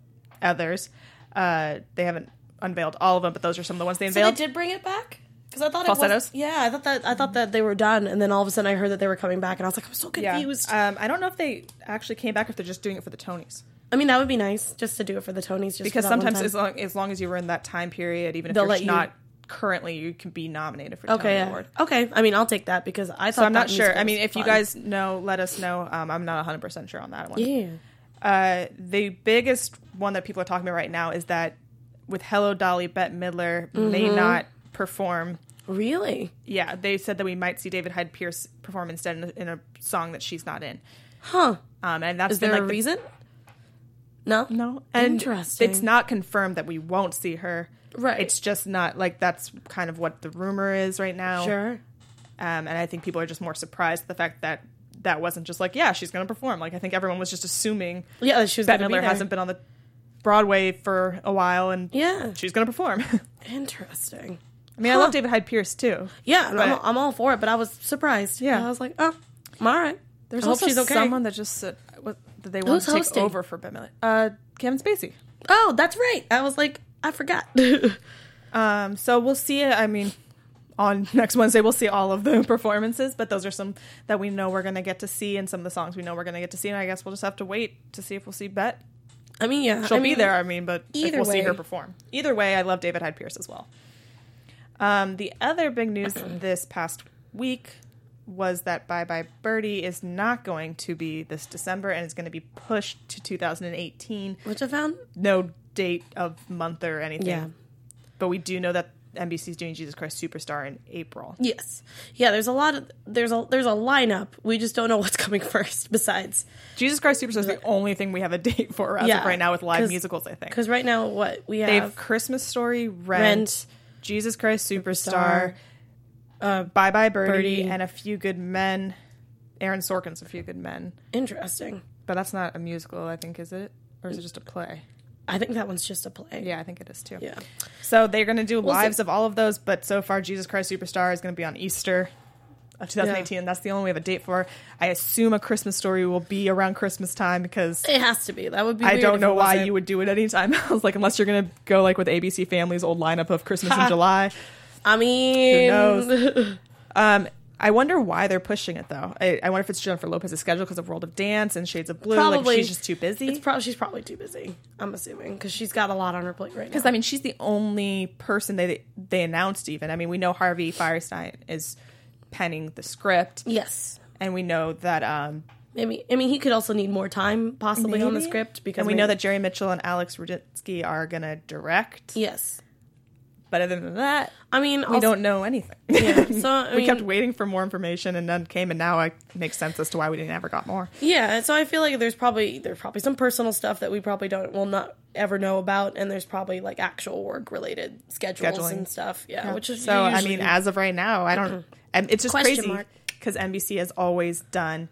[SPEAKER 1] others. Uh, they haven't unveiled all of them, but those are some of the ones they
[SPEAKER 3] So they
[SPEAKER 1] unveiled.
[SPEAKER 3] did bring it back because I thought
[SPEAKER 1] Falsettos?
[SPEAKER 3] it was. Yeah, I thought that I thought that they were done, and then all of a sudden I heard that they were coming back, and I was like, "I'm so confused."
[SPEAKER 1] Yeah. Um, I don't know if they actually came back or if they're just doing it for the Tonys.
[SPEAKER 3] I mean, that would be nice just to do it for the Tonys, just
[SPEAKER 1] Because
[SPEAKER 3] for that one
[SPEAKER 1] sometimes,
[SPEAKER 3] time.
[SPEAKER 1] as long, as long as you were in that time period, even if
[SPEAKER 3] They'll
[SPEAKER 1] you're
[SPEAKER 3] let you-
[SPEAKER 1] not currently, you can be nominated for
[SPEAKER 3] okay,
[SPEAKER 1] Tony
[SPEAKER 3] yeah.
[SPEAKER 1] Award.
[SPEAKER 3] okay. I mean, I'll take that because I thought.
[SPEAKER 1] So I'm not
[SPEAKER 3] that
[SPEAKER 1] sure.
[SPEAKER 3] musical
[SPEAKER 1] I mean,
[SPEAKER 3] was
[SPEAKER 1] if you
[SPEAKER 3] fun.
[SPEAKER 1] guys know, let us know. Um, I'm not 100% sure on that one.
[SPEAKER 3] yeah,
[SPEAKER 1] Uh, the biggest one that people are talking about right now is that with Hello Dolly, Bette Midler may
[SPEAKER 3] Mm-hmm.
[SPEAKER 1] not perform.
[SPEAKER 3] really,
[SPEAKER 1] Yeah, they said that we might see David Hyde Pierce perform instead in a, in a song that she's not in.
[SPEAKER 3] huh?
[SPEAKER 1] Um, and that's
[SPEAKER 3] Is there
[SPEAKER 1] been,
[SPEAKER 3] a
[SPEAKER 1] like, the-
[SPEAKER 3] reason? No,
[SPEAKER 1] no, and
[SPEAKER 3] Interesting.
[SPEAKER 1] It's not confirmed that we won't see her.
[SPEAKER 3] Right.
[SPEAKER 1] It's just not like that's kind of what the rumor is right now.
[SPEAKER 3] Sure.
[SPEAKER 1] Um, and I think people are just more surprised at the fact that that wasn't just like yeah she's going to perform. Like I think everyone was just assuming
[SPEAKER 3] Yeah, she was
[SPEAKER 1] Bette
[SPEAKER 3] gonna be
[SPEAKER 1] Midler
[SPEAKER 3] there.
[SPEAKER 1] hasn't been on the Broadway for a while, and
[SPEAKER 3] Yeah.
[SPEAKER 1] she's gonna perform. I
[SPEAKER 3] Interesting.
[SPEAKER 1] mean, I
[SPEAKER 3] Huh.
[SPEAKER 1] love David Hyde Pierce too.
[SPEAKER 3] Yeah, and I'm,
[SPEAKER 1] But-
[SPEAKER 3] all- I'm all for it, but I was surprised.
[SPEAKER 1] Yeah.
[SPEAKER 3] I was like, oh, I'm all right.
[SPEAKER 1] There's
[SPEAKER 3] I hope
[SPEAKER 1] also
[SPEAKER 3] she's okay.
[SPEAKER 1] someone that just said what, that they want
[SPEAKER 3] Who's
[SPEAKER 1] to take
[SPEAKER 3] hosting?
[SPEAKER 1] over for Bette Midler. Uh, Kevin Spacey.
[SPEAKER 3] Oh, that's right. I was like, I forgot. yeah,
[SPEAKER 1] Um, so we'll see. I mean, on next Wednesday we'll see all of the performances, but those are some that we know we're gonna get to see, and some of the songs we know we're gonna get to see. And I guess we'll just have to wait to see if we'll see Bette.
[SPEAKER 3] I mean, yeah,
[SPEAKER 1] She'll
[SPEAKER 3] I mean,
[SPEAKER 1] be there. I mean, but if
[SPEAKER 3] either
[SPEAKER 1] we'll see
[SPEAKER 3] way.
[SPEAKER 1] her perform. Either way, I love David Hyde Pierce as well. Um, the other big news this past week was that Bye Bye Birdie is not going to be this December and is going to be pushed to 2018.
[SPEAKER 3] Which I found.
[SPEAKER 1] No date of month or anything.
[SPEAKER 3] Yeah.
[SPEAKER 1] But we do know that NBC's doing Jesus Christ Superstar in April.
[SPEAKER 3] Yes. Yeah, there's a lot of there's a there's a lineup. We just don't know what's coming first besides.
[SPEAKER 1] Jesus Christ Superstar is the only thing we have a date for as
[SPEAKER 3] Yeah.
[SPEAKER 1] of right now with live
[SPEAKER 3] 'Cause-
[SPEAKER 1] musicals. I think
[SPEAKER 3] Cuz right now what we
[SPEAKER 1] they
[SPEAKER 3] have
[SPEAKER 1] have Christmas Story, Rent,
[SPEAKER 3] Rent,
[SPEAKER 1] Jesus Christ Superstar, uh, Bye Bye Birdie,
[SPEAKER 3] Birdie.
[SPEAKER 1] and A Few Good Men. Aaron Sorkin's A Few Good Men,
[SPEAKER 3] interesting.
[SPEAKER 1] but that's not a musical, I think, is it? Or is it just a play?
[SPEAKER 3] I think that one's just a play.
[SPEAKER 1] Yeah, I think it is too.
[SPEAKER 3] Yeah.
[SPEAKER 1] So they're going to do
[SPEAKER 3] see.
[SPEAKER 1] lives of all of those, but so far Jesus Christ Superstar is going to be on Easter of 2018. That's the only we have a date for. I assume a Christmas story will be around Christmas time because
[SPEAKER 3] It has to be. That would be
[SPEAKER 1] I
[SPEAKER 3] weird if
[SPEAKER 1] don't
[SPEAKER 3] it
[SPEAKER 1] know why
[SPEAKER 3] wasn't.
[SPEAKER 1] you would do it anytime else. Like unless you're going to go like with ABC Family's old lineup of Christmas in July.
[SPEAKER 3] I
[SPEAKER 1] Who
[SPEAKER 3] mean,
[SPEAKER 1] knows? um, I wonder why they're pushing it though. I, I wonder if it's Jennifer Lopez's schedule because of World of Dance and Shades of Blue. Like she's just too busy.
[SPEAKER 3] It's probably she's probably too busy. I'm assuming cuz she's got a lot on her plate right now.
[SPEAKER 1] Because I mean, she's the only person they they announced. Even I mean, we know Harvey Firestein is penning the script,
[SPEAKER 3] yes.
[SPEAKER 1] and we know that, um,
[SPEAKER 3] Maybe I mean he could also need more time possibly on the
[SPEAKER 1] Maybe.
[SPEAKER 3] script because
[SPEAKER 1] and we
[SPEAKER 3] maybe-
[SPEAKER 1] know that Jerry Mitchell and Alex Rudinsky are gonna direct.
[SPEAKER 3] Yes.
[SPEAKER 1] But other than that,
[SPEAKER 3] I mean,
[SPEAKER 1] we don't know anything.
[SPEAKER 3] Yeah, so I
[SPEAKER 1] we kept
[SPEAKER 3] mean-
[SPEAKER 1] waiting for more information, and none came. And now it makes sense as to why we didn't ever got more.
[SPEAKER 3] Yeah, so I feel like there's probably there's probably some personal stuff that we probably don't will not ever know about, and there's probably like actual work related schedules
[SPEAKER 1] Scheduling.
[SPEAKER 3] and stuff. Yeah, which is
[SPEAKER 1] so. I
[SPEAKER 3] usually-
[SPEAKER 1] mean, as of right now, I don't. and It's just
[SPEAKER 3] Question
[SPEAKER 1] crazy
[SPEAKER 3] mark.
[SPEAKER 1] because NBC has always done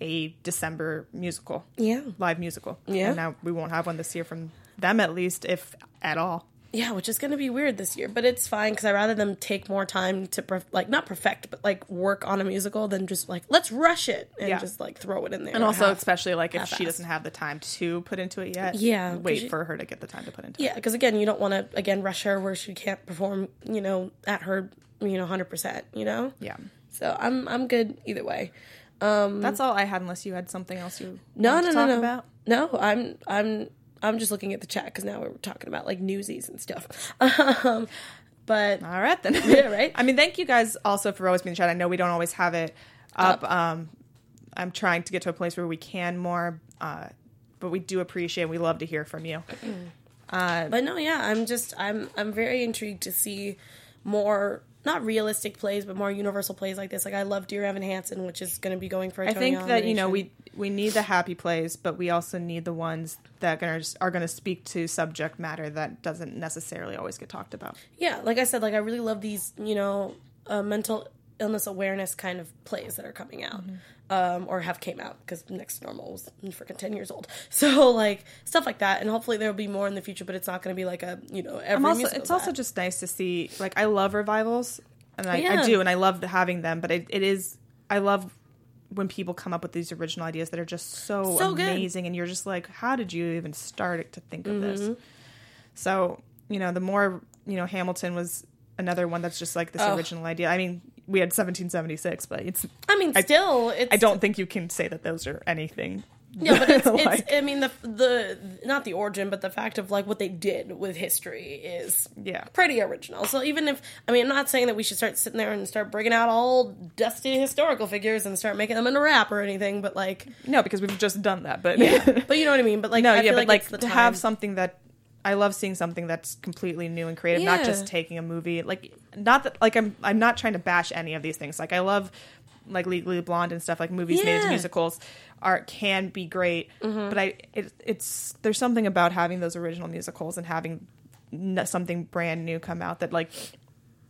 [SPEAKER 1] a December musical.
[SPEAKER 3] yeah,
[SPEAKER 1] live musical.
[SPEAKER 3] Yeah.
[SPEAKER 1] And now we won't have one this year from them at least, if at all.
[SPEAKER 3] yeah, which is going to be weird this year, but it's fine because I rather them take more time to perf- like not perfect, but like work on a musical than just like let's rush it and
[SPEAKER 1] Yeah.
[SPEAKER 3] just like throw it in there. Uh-huh.
[SPEAKER 1] And also,
[SPEAKER 3] half-
[SPEAKER 1] especially like if she
[SPEAKER 3] half-assed.
[SPEAKER 1] doesn't have the time to put into it yet.
[SPEAKER 3] Yeah, 'cause
[SPEAKER 1] Wait
[SPEAKER 3] you-
[SPEAKER 1] for her to get the time to put into it.
[SPEAKER 3] yeah, because again, you don't want to again rush her where she can't perform, you know, at her you know hundred percent, you know.
[SPEAKER 1] Yeah.
[SPEAKER 3] So I'm I'm good either way.
[SPEAKER 1] That's all I had, unless you had something else you
[SPEAKER 3] Mm. no,
[SPEAKER 1] wanted
[SPEAKER 3] no,
[SPEAKER 1] to
[SPEAKER 3] no,
[SPEAKER 1] talk
[SPEAKER 3] no.
[SPEAKER 1] about.
[SPEAKER 3] No, I'm I'm I'm just looking at the chat because now we're talking about like newsies and stuff. Um, but
[SPEAKER 1] All right, then.
[SPEAKER 3] Yeah, right?
[SPEAKER 1] I mean, thank you guys also for always being in the chat. I know we don't always have it up. Um, I'm trying to get to a place where we can more, uh, but we do appreciate and we love to hear from you.
[SPEAKER 3] but no, yeah, I'm just I'm I'm very intrigued to see more not realistic plays, but more universal plays like this. Like I love Dear Evan Hansen, which is going to be going for. a
[SPEAKER 1] I
[SPEAKER 3] Tony
[SPEAKER 1] think that you know
[SPEAKER 3] nomination.
[SPEAKER 1] we we need the happy plays, but we also need the ones that gonna, are going to speak to subject matter that doesn't necessarily always get talked about.
[SPEAKER 3] yeah, like I said, like I really love these, you know, uh, mental illness awareness kind of plays that are coming out
[SPEAKER 1] Mm-hmm.
[SPEAKER 3] um, or have came out because Next Normal was freaking ten years old. So like stuff like that, and hopefully there will be more in the future. But it's not going to be like a you know every.
[SPEAKER 1] I'm also,
[SPEAKER 3] musical
[SPEAKER 1] it's also
[SPEAKER 3] that.
[SPEAKER 1] just nice to see. Like I love revivals, and I,
[SPEAKER 3] Yeah.
[SPEAKER 1] I do, and I love having them. But it, it is I love when people come up with these original ideas that are just so,
[SPEAKER 3] So good.
[SPEAKER 1] amazing, and you're just like, how did you even start to think of
[SPEAKER 3] Mm-hmm.
[SPEAKER 1] this? So you know, the more you know, Hamilton was another one that's just like this original idea. I mean, we had 1776, but it's
[SPEAKER 3] I mean, still, it's
[SPEAKER 1] I don't think you can say that those are anything.
[SPEAKER 3] Yeah, but it's,
[SPEAKER 1] Like-
[SPEAKER 3] it's I mean the the not the origin, but the fact of like what they did with history is
[SPEAKER 1] Yeah.
[SPEAKER 3] pretty original. So even if I mean I'm not saying that we should start sitting there and start bringing out all dusty historical figures and start making them into rap or anything, but like
[SPEAKER 1] No, because we've just done that. But
[SPEAKER 3] but you know what I mean. But like
[SPEAKER 1] no,
[SPEAKER 3] I
[SPEAKER 1] yeah,
[SPEAKER 3] feel
[SPEAKER 1] but
[SPEAKER 3] like, it's
[SPEAKER 1] like to
[SPEAKER 3] the time.
[SPEAKER 1] have something that I love seeing something that's completely new and creative, not just
[SPEAKER 3] Yeah.
[SPEAKER 1] taking a movie. Like not that like I'm I'm not trying to bash any of these things. Like I love like Legally Blonde and stuff like movies made into
[SPEAKER 3] Yeah. Mm-hmm.
[SPEAKER 1] musicals are can be great, but I it, it's there's something about having those original musicals and having n- something brand new come out that like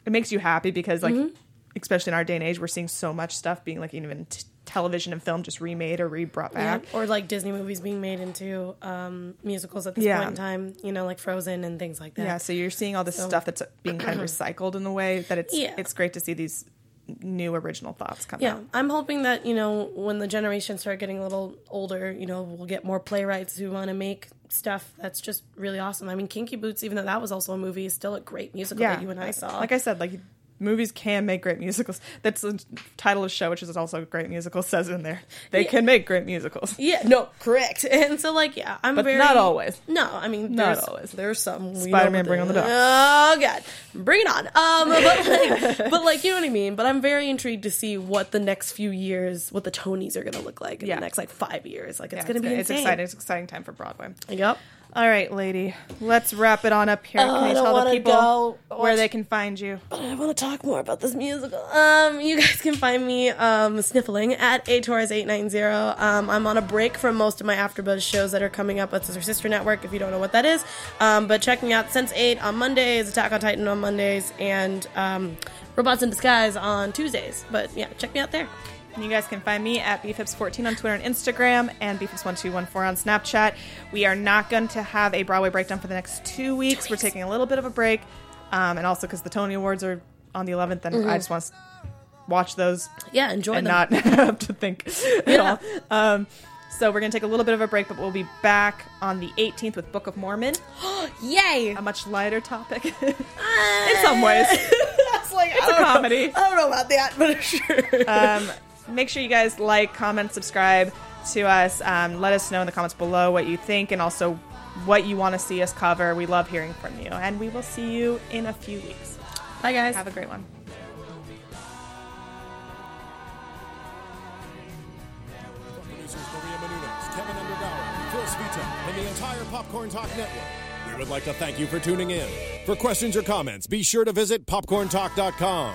[SPEAKER 1] it makes you happy because like
[SPEAKER 3] Mm-hmm.
[SPEAKER 1] especially in our day and age we're seeing so much stuff being like even t- television and film just remade or re-brought
[SPEAKER 3] Yeah,
[SPEAKER 1] back
[SPEAKER 3] or like Disney movies being made into um, musicals at this
[SPEAKER 1] Yeah.
[SPEAKER 3] point in time, you know, like Frozen and things like that.
[SPEAKER 1] Yeah, so you're seeing all this stuff that's being kind of recycled in a way that it's
[SPEAKER 3] Yeah.
[SPEAKER 1] it's great to see these new original thoughts come
[SPEAKER 3] Yeah,
[SPEAKER 1] out.
[SPEAKER 3] I'm hoping that you know when the generations start getting a little older, you know, we'll get more playwrights who want to make stuff that's just really awesome. I mean, Kinky Boots, even though that was also a movie, is still a great musical
[SPEAKER 1] Yeah,
[SPEAKER 3] that you and I saw.
[SPEAKER 1] Like I said, like movies can make great musicals. That's the title of the show, which is also a great musical, says in there. They
[SPEAKER 3] Yeah.
[SPEAKER 1] can make great musicals.
[SPEAKER 3] yeah, no, correct. And so, like, yeah, I'm
[SPEAKER 1] But
[SPEAKER 3] very
[SPEAKER 1] not always.
[SPEAKER 3] No, I mean,
[SPEAKER 1] Not
[SPEAKER 3] there's,
[SPEAKER 1] always.
[SPEAKER 3] There's some we
[SPEAKER 1] Spider-Man,
[SPEAKER 3] know
[SPEAKER 1] Bring on the Dog.
[SPEAKER 3] Oh god, bring it on. Um, but like, but like, you know what I mean. But I'm very intrigued to see what the next few years, what the Tonys are going to look like in
[SPEAKER 1] Yeah.
[SPEAKER 3] the next like five years. Like,
[SPEAKER 1] Yeah,
[SPEAKER 3] it's going to be
[SPEAKER 1] good. it's
[SPEAKER 3] insane.
[SPEAKER 1] exciting. It's an exciting time for Broadway.
[SPEAKER 3] Yep.
[SPEAKER 1] All right, lady. Let's wrap it on up here.
[SPEAKER 3] Oh,
[SPEAKER 1] can
[SPEAKER 3] I
[SPEAKER 1] you
[SPEAKER 3] don't
[SPEAKER 1] tell the
[SPEAKER 3] wanna
[SPEAKER 1] people
[SPEAKER 3] go.
[SPEAKER 1] where they can find you?
[SPEAKER 3] I want to talk more about this musical. Um, you guys can find me um, sniffling at atorres890. Um, I'm on a break from most of my AfterBuzz shows that are coming up with Sister Sister Network. If you don't know what that is, um, but checking out Sense Eight on Mondays, Attack on Titan on Mondays, and um, Robots in Disguise on Tuesdays. But yeah, check me out there.
[SPEAKER 1] And you guys can find me at bfips14 on Twitter and Instagram and bfips1214 on Snapchat. We are not going to have a Broadway breakdown for the next two weeks. We're taking a little bit of a break, um, and also because the Tony Awards are on the 11th, and
[SPEAKER 3] Mm-hmm.
[SPEAKER 1] I just want to watch those
[SPEAKER 3] Yeah, enjoy
[SPEAKER 1] and
[SPEAKER 3] them.
[SPEAKER 1] not have to think at all. Um, so we're going to take a little bit of a break, but we'll be back on the 18th with Book of Mormon,
[SPEAKER 3] Yay!
[SPEAKER 1] a much lighter topic in some ways.
[SPEAKER 3] it's like
[SPEAKER 1] It's a comedy.
[SPEAKER 3] I don't know about that, but sure.
[SPEAKER 1] um, make sure you guys like, comment, subscribe to us. Um, let us know in the comments below what you think and also what you want to see us cover. We love hearing from you, and we will see you in a few weeks.
[SPEAKER 3] Bye, guys.
[SPEAKER 1] Have a great one.
[SPEAKER 2] Producers Maria Menounos, Kevin Undergaro, Phil Spita, and the entire Popcorn Talk Network. We would like to thank you for tuning in. For questions or comments, be sure to visit popcorntalk.com.